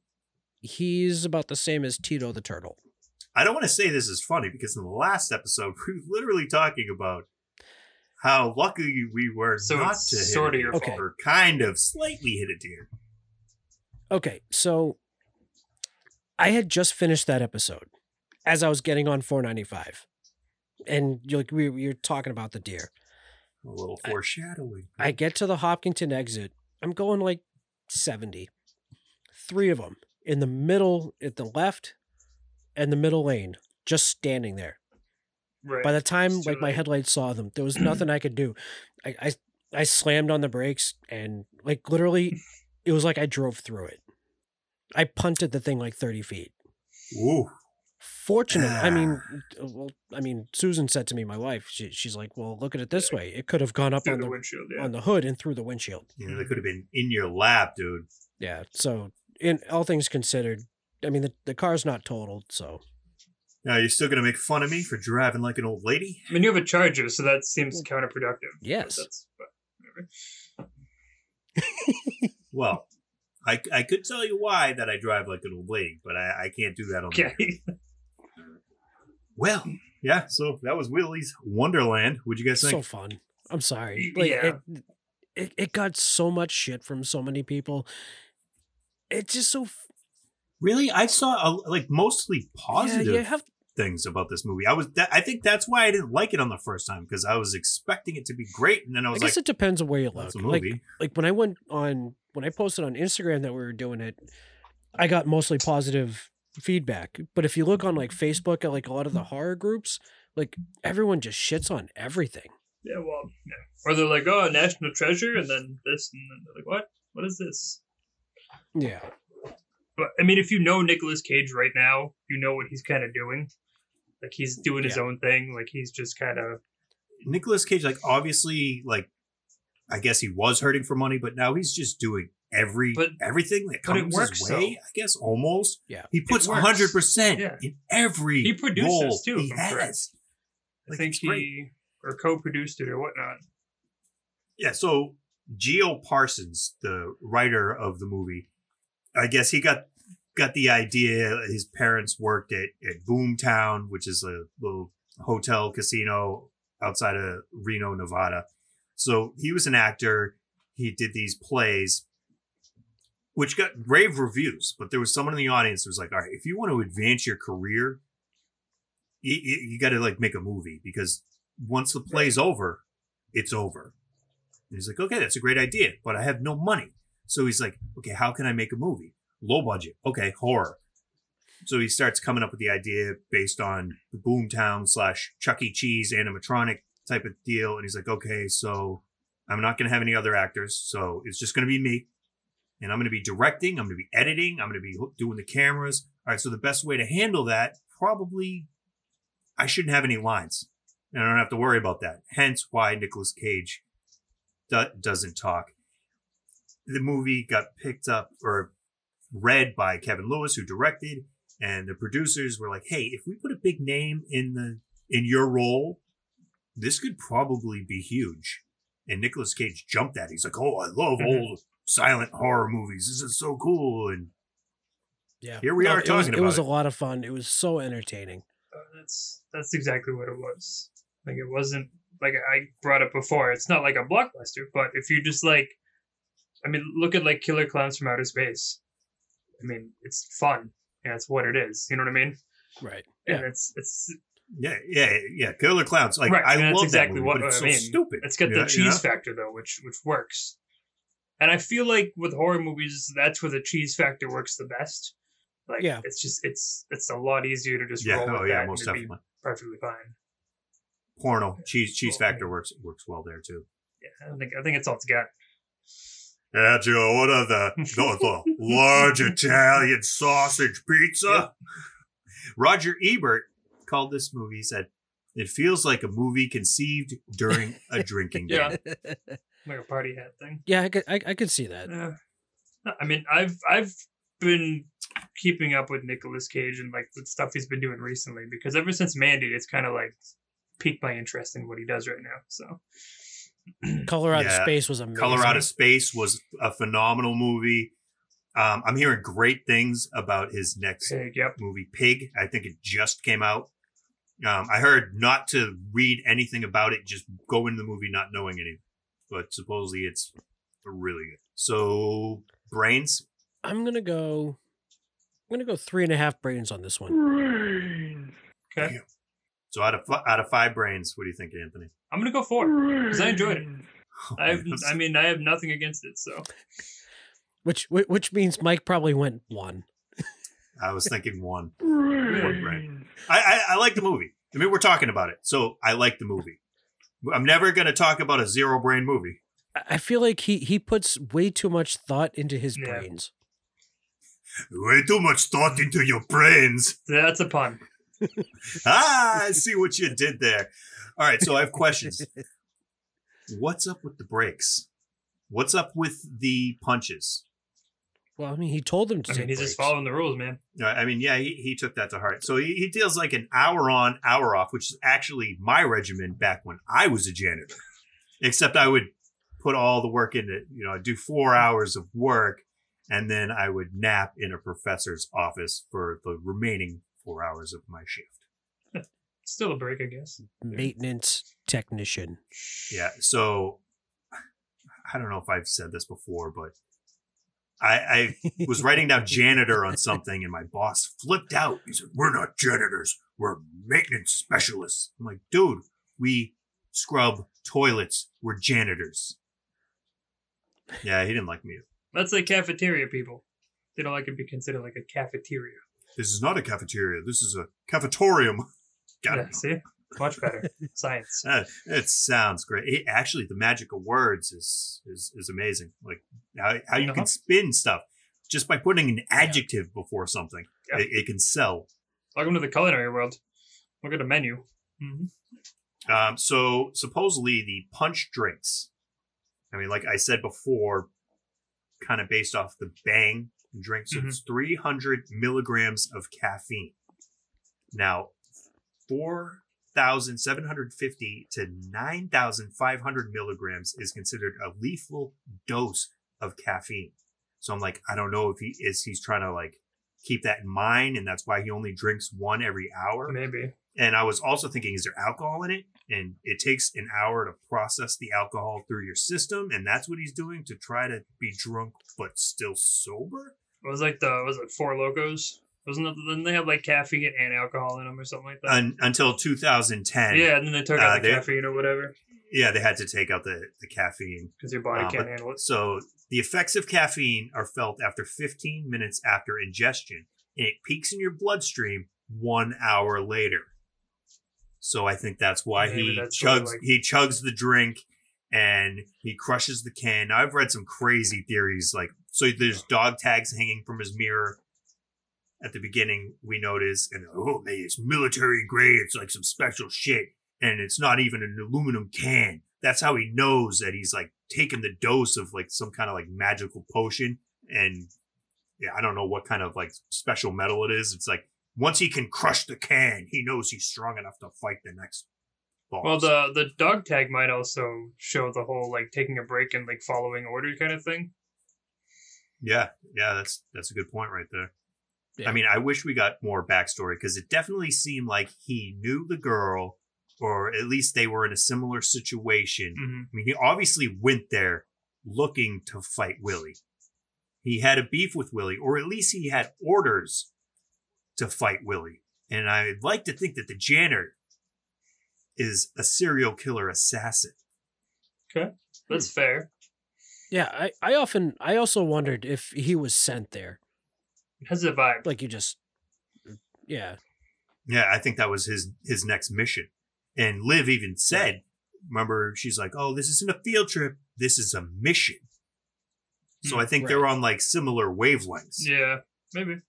Speaker 9: He's about the same as Tito the turtle.
Speaker 1: I don't want to say this is funny because in the last episode we were literally talking about how lucky we were
Speaker 6: So
Speaker 1: not
Speaker 6: it's
Speaker 1: to hit
Speaker 6: sorta
Speaker 1: a
Speaker 6: your
Speaker 1: deer,
Speaker 6: fault.
Speaker 1: or kind of slightly hit a deer.
Speaker 9: Okay, so I had just finished that episode as I was getting on 495, and you're like we we were talking about the deer.
Speaker 1: A little foreshadowing.
Speaker 9: I get to the Hopkinton exit. I'm going like 70. Three of them in the middle, at the left, and the middle lane, just standing there.
Speaker 6: Right.
Speaker 9: By the time like my headlights saw them, there was nothing I could do. I, I I slammed on the brakes and like literally, it was like I drove through it. I punted the thing like 30 feet.
Speaker 1: Ooh.
Speaker 9: Fortunate. I mean, well, I mean, Susan said to me, my wife, she, she's like, "Well, look at it this way. It could have gone up
Speaker 6: Through
Speaker 9: on
Speaker 6: the
Speaker 9: the,
Speaker 6: windshield, yeah.
Speaker 9: on the hood and through the windshield."
Speaker 1: You know, they could have been in your lap, dude.
Speaker 9: Yeah. So, in all things considered, I mean, the, the car's not totaled, so
Speaker 1: Now you're still gonna make fun of me for driving like an old lady?
Speaker 6: I mean, you have a charger, so that seems counterproductive.
Speaker 9: Yes.
Speaker 1: Well, I, I could tell you why that I drive like an old lady, but I, I can't do that on the
Speaker 6: Okay.
Speaker 1: Well, yeah, so that was Willie's Wonderland. What'd you guys think?
Speaker 9: so fun. I'm sorry. Like,
Speaker 6: yeah.
Speaker 9: It, it it got so much shit from so many people. It's just so f-
Speaker 1: Really, I saw a, like mostly positive
Speaker 9: you have-
Speaker 1: things about this movie. I was that, I think that's why I didn't like it on the first time because I was expecting it to be great, and then I
Speaker 9: I,
Speaker 1: was
Speaker 9: guess
Speaker 1: like,
Speaker 9: it depends on where you look.
Speaker 1: "That's a
Speaker 9: Like
Speaker 1: movie."
Speaker 9: like when I went on when I posted on Instagram that we were doing it, I got mostly positive feedback. But if you look on like Facebook at like a lot of the horror groups, like everyone just shits on everything.
Speaker 6: Yeah, well, yeah. Or they're like, oh, national treasure, and then this, and then they're like, what? What is this?
Speaker 9: Yeah.
Speaker 6: But I mean, if you know Nicolas Cage right now, you know what he's kind of doing. Like he's doing his
Speaker 9: Yeah.
Speaker 6: own thing. Like he's just kind of
Speaker 1: Nicolas Cage, like obviously, like I guess he was hurting for money, but now he's just doing every everything that
Speaker 6: but it
Speaker 1: comes
Speaker 6: works,
Speaker 1: his way.
Speaker 6: though.
Speaker 1: I guess almost.
Speaker 9: Yeah,
Speaker 1: he puts
Speaker 6: works.
Speaker 1: hundred percent
Speaker 6: Yeah.
Speaker 1: in every.
Speaker 6: He produces
Speaker 1: role
Speaker 6: too.
Speaker 1: He
Speaker 6: If I'm correct.
Speaker 1: has.
Speaker 6: I think he or co-produced it or whatnot.
Speaker 1: Yeah, so Geo Parsons, the writer of the movie, I guess he got got the idea. His parents worked at at Boomtown, which is a little hotel casino outside of Reno, Nevada. So he was an actor. He did these plays, which got rave reviews. But there was someone in the audience who was like, "All right, if you want to advance your career, you, you, you got to like make a movie because once the play's over, it's over." And he's like, okay, that's a great idea, but I have no money. So he's like, okay, how can I make a movie? Low budget. Okay, horror. So he starts coming up with the idea based on the Boomtown slash Chuck E. Cheese animatronic type of deal. And he's like, okay, so I'm not going to have any other actors. So it's just going to be me. And I'm going to be directing. I'm going to be editing. I'm going to be ho- doing the cameras. All right. So the best way to handle that, probably I shouldn't have any lines. And I don't have to worry about that. Hence why Nicolas Cage do- doesn't talk. The movie got picked up or read by Kevin Lewis, who directed, and the producers were like, "Hey, if we put a big name in the in your role, this could probably be huge." And Nicolas Cage jumped at. it. He's like, "Oh, I love
Speaker 6: Mm-hmm.
Speaker 9: Mhm.
Speaker 1: old silent horror movies. This is so cool!" And
Speaker 9: Yeah.
Speaker 1: Here we are
Speaker 9: it was,
Speaker 1: talking
Speaker 9: It was
Speaker 1: about
Speaker 9: a lot of fun. It was so entertaining.
Speaker 6: Uh, That's that's exactly what it was. Like it wasn't like I brought up before. It's not like a blockbuster, but if you just like, I mean, look at like Killer Clowns from Outer Space. I mean, it's fun. Yeah, it's what it is. You know what I mean?
Speaker 9: Right.
Speaker 6: And it's it's
Speaker 1: yeah, yeah, yeah. Killer Clowns. Like
Speaker 6: right.
Speaker 1: I
Speaker 6: and
Speaker 1: love
Speaker 6: that's exactly
Speaker 1: that movie,
Speaker 6: what
Speaker 1: but it's
Speaker 6: I
Speaker 1: so
Speaker 6: mean.
Speaker 1: stupid.
Speaker 6: It's got
Speaker 1: You
Speaker 6: the
Speaker 1: know- you
Speaker 6: cheese
Speaker 1: know?
Speaker 6: factor though, which which works. And I feel like with horror movies, that's where the cheese factor works the best. Like
Speaker 9: Yeah.
Speaker 6: it's just it's it's a lot easier to just
Speaker 1: Yeah,
Speaker 6: roll
Speaker 1: oh,
Speaker 6: with
Speaker 1: yeah,
Speaker 6: that
Speaker 1: most
Speaker 6: and it'd be
Speaker 1: definitely.
Speaker 6: perfectly fine.
Speaker 1: Porno cheese cheese factor works works well there too.
Speaker 6: Yeah, I don't think I think it's all together.
Speaker 1: Yeah, Joe, what of the, the, the large Italian sausage pizza? Roger Ebert called this movie, he said, it feels like a movie conceived during a drinking game.
Speaker 6: Yeah, like a party hat thing.
Speaker 9: Yeah, I could I, I could see that.
Speaker 6: Uh, I mean, I've I've been keeping up with Nicolas Cage and like the stuff he's been doing recently because ever since Mandy, it's kind of like piqued my interest in what he does right now. So
Speaker 9: Color Out
Speaker 1: Yeah.
Speaker 9: of Space was amazing.
Speaker 1: Color Out of Space was a phenomenal movie. Um, I'm hearing great things about his next movie, Pig. I think it just came out. Um, I heard not to read anything about it, just go into the movie not knowing anything. But supposedly it's really good. So, Brains,
Speaker 9: I'm gonna go. I'm gonna go three and a half brains on this one.
Speaker 6: Okay.
Speaker 1: So out of fi- out of five brains, what do you think, Anthony?
Speaker 6: I'm gonna go four because I enjoyed it. I have, I mean, I have nothing against it. So
Speaker 9: Which whi- which means Mike probably went one.
Speaker 1: I was thinking one. One brain. I, I I like the movie. I mean, we're talking about it, so I like the movie. I'm never going to talk about a zero brain movie.
Speaker 9: I- I feel like he he puts way too much thought into his brains.
Speaker 1: Way too much thought into your brains.
Speaker 6: That's a pun.
Speaker 1: ah, I see what you did there. All right, so I have questions. What's up with the breaks? What's up with the punches?
Speaker 9: Well, I mean, he told them to.
Speaker 6: I mean,
Speaker 9: take
Speaker 6: he's
Speaker 9: breaks.
Speaker 6: just following the rules, man.
Speaker 1: No, Uh, I mean, yeah, he, he took that to heart. So he, he deals like an hour on, hour off, which is actually my regimen back when I was a janitor. Except I would put all the work into, you know, I'd do four hours of work and then I would nap in a professor's office for the remaining four hours of my shift.
Speaker 6: Still a break, I guess.
Speaker 9: maintenance technician.
Speaker 1: Yeah. So I don't know if I've said this before, but I, I was writing down janitor on something and my boss flipped out. He said, We're not janitors, we're maintenance specialists. I'm like, dude, we scrub toilets, we're janitors. Yeah, he didn't like me.
Speaker 6: Let's say cafeteria people. They don't like to be considered like a cafeteria.
Speaker 1: This is not a cafeteria, this is a cafetorium. Got
Speaker 6: yeah, see, much better science.
Speaker 1: Uh, it sounds great. It- actually, the magic of words is is, is amazing. Like how, how you
Speaker 6: Uh-huh.
Speaker 1: can spin stuff just by putting an adjective before something.
Speaker 6: Yeah.
Speaker 1: It, it can sell. Mm-hmm.
Speaker 6: Welcome to the culinary world. Look at a menu.
Speaker 1: Um, so supposedly the punch drinks. I mean, like I said before, kind of based off the bang drink. So it's 300 milligrams of caffeine. Now, 4,750 to 9,500 milligrams is considered a lethal dose of caffeine. So I'm like, I don't know if he is, he's trying to like keep that in mind. And that's why he only drinks one every hour.
Speaker 6: Maybe.
Speaker 1: And I was also thinking, is there alcohol in it? And it takes an hour to process the alcohol through your system, and that's what he's doing to try to be drunk but still sober.
Speaker 6: It was like the was it Four Locos? Wasn't it? Then they had like caffeine and alcohol in them or something like that.
Speaker 1: Un- until 2010.
Speaker 6: yeah, and then they took
Speaker 1: uh,
Speaker 6: out the
Speaker 1: they-
Speaker 6: caffeine or whatever.
Speaker 1: Yeah, they had to take out the, the caffeine Uh,
Speaker 6: 'Cause your body can't
Speaker 1: but-
Speaker 6: handle it.
Speaker 1: So the effects of caffeine are felt after 15 minutes after ingestion, and it peaks in your bloodstream one hour later. So I think that's why
Speaker 6: Maybe
Speaker 1: he
Speaker 6: that's why,
Speaker 1: chugs
Speaker 6: like-
Speaker 1: he chugs the drink and he crushes the can. Now, I've read some crazy theories like so there's dog tags hanging from his mirror at the beginning we notice and oh man it's military grade it's like some special shit and it's not even an aluminum can that's how he knows that he's like taking the dose of like some kind of like magical potion and yeah i don't know what kind of like special metal it is it's like once he can crush the can he knows he's strong enough to fight the next boss
Speaker 6: Well, the the dog tag might also show the whole like taking a break and like following order kind of thing.
Speaker 1: Yeah, yeah, that's that's a good point right there.
Speaker 6: Yeah.
Speaker 1: I mean, I wish we got more backstory because it definitely seemed like he knew the girl, or at least they were in a similar situation.
Speaker 6: Mhm.
Speaker 1: I mean, he obviously went there looking to fight Willie. He had a beef with Willie, or at least he had orders to fight Willie. And I'd like to think that the janitor is a serial killer assassin.
Speaker 6: Okay, that's
Speaker 1: Hmm.
Speaker 6: fair.
Speaker 9: Yeah, I, I often I also wondered if he was sent there.
Speaker 6: Has a vibe.
Speaker 9: Like you just Yeah.
Speaker 1: Yeah, I think that was his his next mission. And Liv even said, remember, she's like, "Oh, this isn't a field trip. This is a mission." So I think they're
Speaker 9: Right.
Speaker 1: on like similar wavelengths.
Speaker 6: Hmm, Yeah, maybe.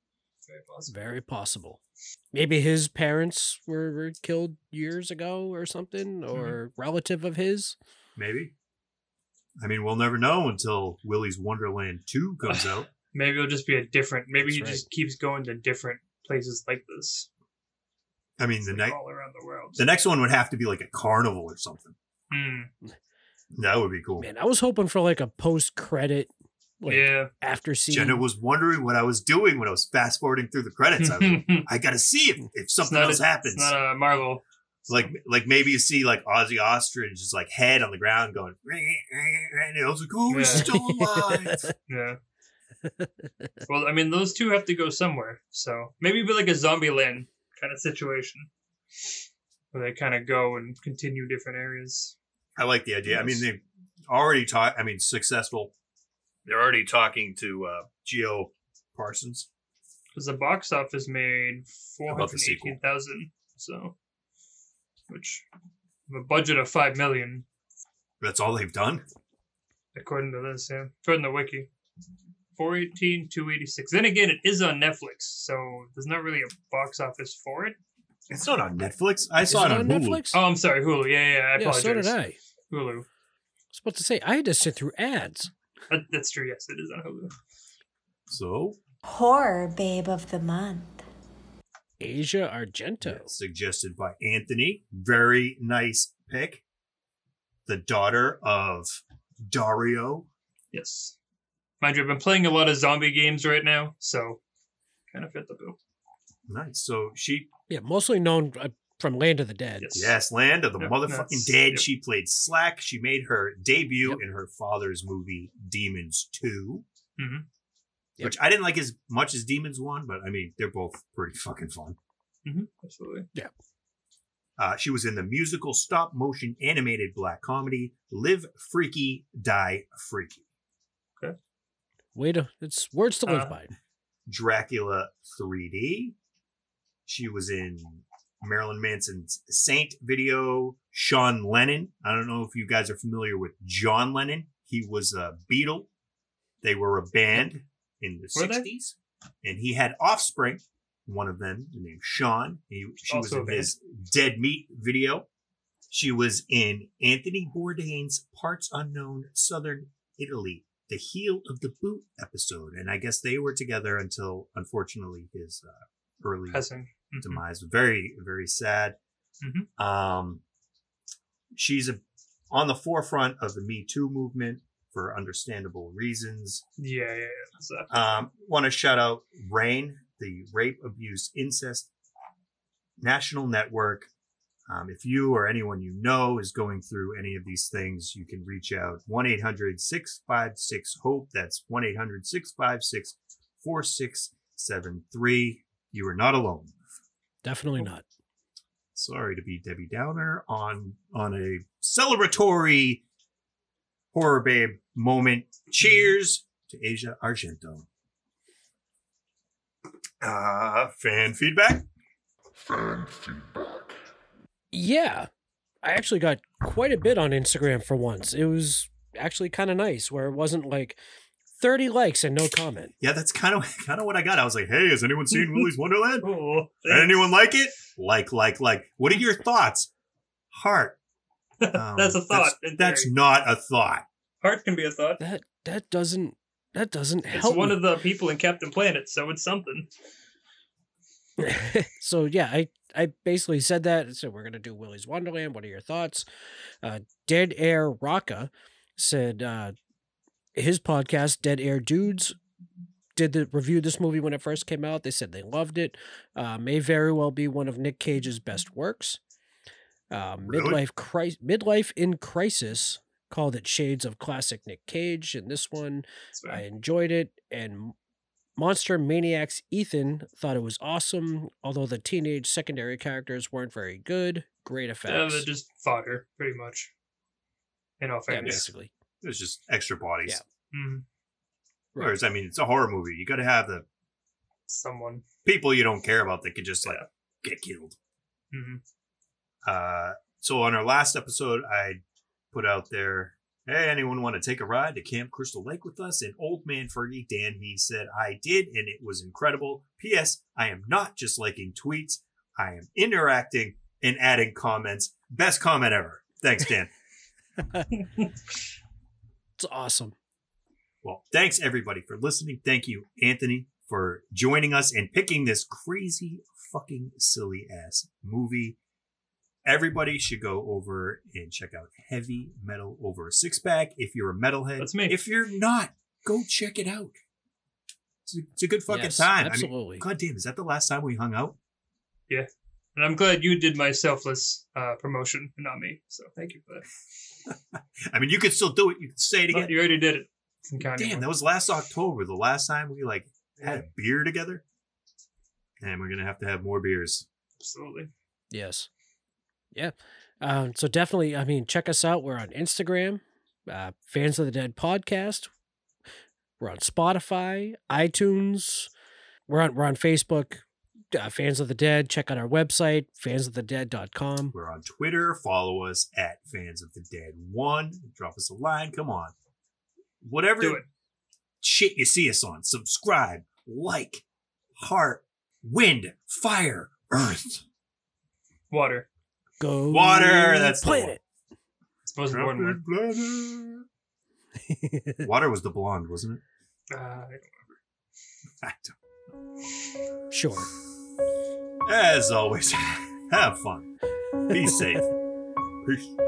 Speaker 6: Very possible.
Speaker 9: Very possible. Maybe his parents were, were killed years ago or
Speaker 6: Mm-hmm.
Speaker 9: something, or relative of his.
Speaker 1: Maybe. I mean, we'll never know until Willy's Wonderland 2 comes out.
Speaker 6: Maybe it'll just be a different. Maybe
Speaker 1: That's
Speaker 6: he
Speaker 1: right.
Speaker 6: just keeps going to different places like this.
Speaker 1: I mean, the
Speaker 6: like
Speaker 1: next
Speaker 6: all around the world.
Speaker 1: the next one would have to be like a carnival or something.
Speaker 6: Hmm.
Speaker 1: That would be cool.
Speaker 9: Man, I was hoping for like a post credit like
Speaker 6: yeah.
Speaker 9: after scene.
Speaker 1: Jenna was wondering what I was doing when I was fast forwarding through the credits. I, was- I got to see if, if something
Speaker 6: not
Speaker 1: else
Speaker 6: a-
Speaker 1: happens.
Speaker 6: It's not a Marvel.
Speaker 1: like like maybe you see like Ozzy Ostrich's like head on the ground going, and it was like, oh, he's
Speaker 6: Yeah.
Speaker 1: still alive.
Speaker 6: Yeah. well, I mean, those two have to go somewhere. So maybe it'd be like a zombie land kind of situation where they kind of go and continue different areas.
Speaker 1: I like the idea. I mean,
Speaker 6: Yes.
Speaker 1: they already talk. I mean, successful. They're already talking to uh Geo Parsons.
Speaker 6: Because the box office made
Speaker 1: About the sequel.
Speaker 6: 418000 So, which, a budget of 5 million,
Speaker 1: That's all they've done.
Speaker 6: according to this, yeah. According to Wiki. 418, 286. Then again, it is on Netflix, so there's not really a box office for it.
Speaker 1: It's not on Netflix. I
Speaker 9: Is
Speaker 1: saw it
Speaker 9: it
Speaker 1: on,
Speaker 9: on
Speaker 1: Hulu.
Speaker 9: Netflix?
Speaker 6: Oh, I'm sorry, Hulu. Yeah, yeah, yeah, I
Speaker 9: yeah,
Speaker 6: apologize.
Speaker 9: so did I. I was
Speaker 6: Hulu.
Speaker 9: supposed to say I had to sit through ads.
Speaker 6: That, that's true. Yes, it is on Hulu.
Speaker 1: So
Speaker 5: Horror Babe of the Month.
Speaker 9: Asia Argento.
Speaker 1: suggested by Anthony. Very nice pick. The daughter of Dario.
Speaker 6: Yes. Mind you, I've been playing a lot of zombie games right now, so kind of fit the bill.
Speaker 1: Nice. So she
Speaker 9: Yeah, mostly known uh, from Land of the Dead.
Speaker 1: Yes, Land of the
Speaker 9: Yep,
Speaker 1: Motherfucking
Speaker 9: that's-
Speaker 1: Dead.
Speaker 9: yep.
Speaker 1: She played Slack. She made her debut in her father's movie Demons 2,
Speaker 6: Mm-hmm.
Speaker 1: which I didn't like as much as Demons 1, but I mean, they're both pretty fucking fun.
Speaker 6: Mm-hmm. Absolutely.
Speaker 9: Yeah.
Speaker 1: Uh, she was in the musical stop motion animated black comedy Live Freaky, Die Freaky,
Speaker 9: Way to it's words to live
Speaker 1: Uh,
Speaker 9: by.
Speaker 1: Dracula 3D. She was in Marilyn Manson's Saint video, Sean Lennon. I don't know if you guys are familiar with John Lennon. He was a Beatle. They were a band in the
Speaker 6: Were they?
Speaker 1: 60s. And he had offspring, one of them named Sean. He, she
Speaker 6: Also a
Speaker 1: was in
Speaker 6: band.
Speaker 1: his Dead Meat video. She was in Anthony Bourdain's Parts Unknown Southern Italy, the heel of the boot episode. And I guess they were together until, unfortunately, his uh, early
Speaker 6: Passing. Mhm.
Speaker 1: demise. Very, very sad.
Speaker 6: Mhm.
Speaker 1: Um, she's a, on the forefront of the Me Too movement for understandable reasons.
Speaker 6: Yeah, yeah, yeah. uh, So,
Speaker 1: Um, Want to shout out RAIN, the Rape, Abuse, Incest National Network. Um, if you or anyone you know is going through any of these things, you can reach out 1 800 656 HOPE. That's 1 800 656 4673. You are not alone.
Speaker 6: oh.
Speaker 9: Definitely not.
Speaker 1: Sorry to be Debbie Downer on on a celebratory horror babe moment. Cheers to Asia Argento. Uh, fan feedback. Fan feedback.
Speaker 9: Yeah. I actually got quite a bit on Instagram for once. It was actually kind of nice where it wasn't like 30 likes and no comment.
Speaker 1: Yeah, that's kind of kind of what I got. I was like, "Hey, has anyone seen Willy's Wonderland? anyone like it? Like, like, like. What are your thoughts? Heart. Um,
Speaker 6: That's a thought, in
Speaker 1: That's,
Speaker 6: theory.
Speaker 1: not a thought.
Speaker 6: heart can be a thought.
Speaker 9: That that doesn't that doesn't
Speaker 6: It's
Speaker 9: help.
Speaker 6: one
Speaker 9: me.
Speaker 6: of the people in Captain Planet, so it's something.
Speaker 9: so yeah, I I basically said that. I said we're gonna do Willy's Wonderland. What are your thoughts? Uh, Dead Air Rocca said uh, his podcast Dead Air Dudes did the review this movie when it first came out. They said they loved it. Uh, may very well be one of Nick Cage's best works. Uh,
Speaker 1: Really?
Speaker 9: midlife crisis, midlife in crisis called it shades of classic Nick Cage, and this one I enjoyed it. And Monster Maniacs Ethan thought it was awesome, although the teenage secondary characters weren't very good. Great
Speaker 6: Uh,
Speaker 9: effects.
Speaker 6: they're just fodder, pretty much. In all
Speaker 9: yeah,
Speaker 6: fairness,
Speaker 9: basically.
Speaker 1: It's just extra bodies.
Speaker 6: Mhm.
Speaker 1: Whereas, I mean, it's a horror movie. You got to have the
Speaker 6: someone.
Speaker 1: people you don't care about that could just like get killed.
Speaker 6: hmm
Speaker 1: Uh, so on our last episode, I put out there, "Hey, anyone want to take a ride to Camp Crystal Lake with us?" And old man Fergie Dan he said, "I did, and it was incredible." P.S. I am not just liking tweets; I am interacting and adding comments. Best comment ever. Thanks, Dan.
Speaker 9: It's awesome.
Speaker 1: Well, thanks everybody for listening. Thank you, Anthony, for joining us and picking this crazy, fucking silly ass movie. Everybody should go over and check out Heavy Metal over a Six Pack if you're a metalhead.
Speaker 6: That's me.
Speaker 1: If you're not, go check it out. It's a, it's a good fucking
Speaker 9: Yes,
Speaker 1: time. I
Speaker 9: absolutely.
Speaker 1: mean, God damn, is that the last time we hung out?
Speaker 6: Yeah, and I'm glad you did my selfless uh, promotion, and not me. So thank you for that.
Speaker 1: I mean, you could still do it. You could say it
Speaker 6: Oh,
Speaker 1: again.
Speaker 6: you already did it. Some kind of
Speaker 1: damn,
Speaker 6: one.
Speaker 1: that was last October. The last time we like had a beer together. And we're gonna have to have more beers.
Speaker 6: absolutely.
Speaker 9: Yes. Yeah. Um, so definitely, I mean, check us out. We're on Instagram, uh, Fans of the Dead Podcast. We're on Spotify, iTunes. We're on we're on Facebook, uh, Fans of the Dead. Check out our website, fansofthedead.com.
Speaker 1: We're on Twitter. Follow us at Fans of the Dead One. Drop us a line. Come on, whatever
Speaker 6: Do it.
Speaker 1: shit you see us on, subscribe, like, heart, wind, fire, earth,
Speaker 6: Water.
Speaker 9: Go
Speaker 1: water. That's the
Speaker 9: planet.
Speaker 6: It's the most important one.
Speaker 1: one. water was the blonde, wasn't it?
Speaker 6: Uh, I don't-
Speaker 1: I
Speaker 9: Sure.
Speaker 1: don't- As always, have fun. Be safe. Peace.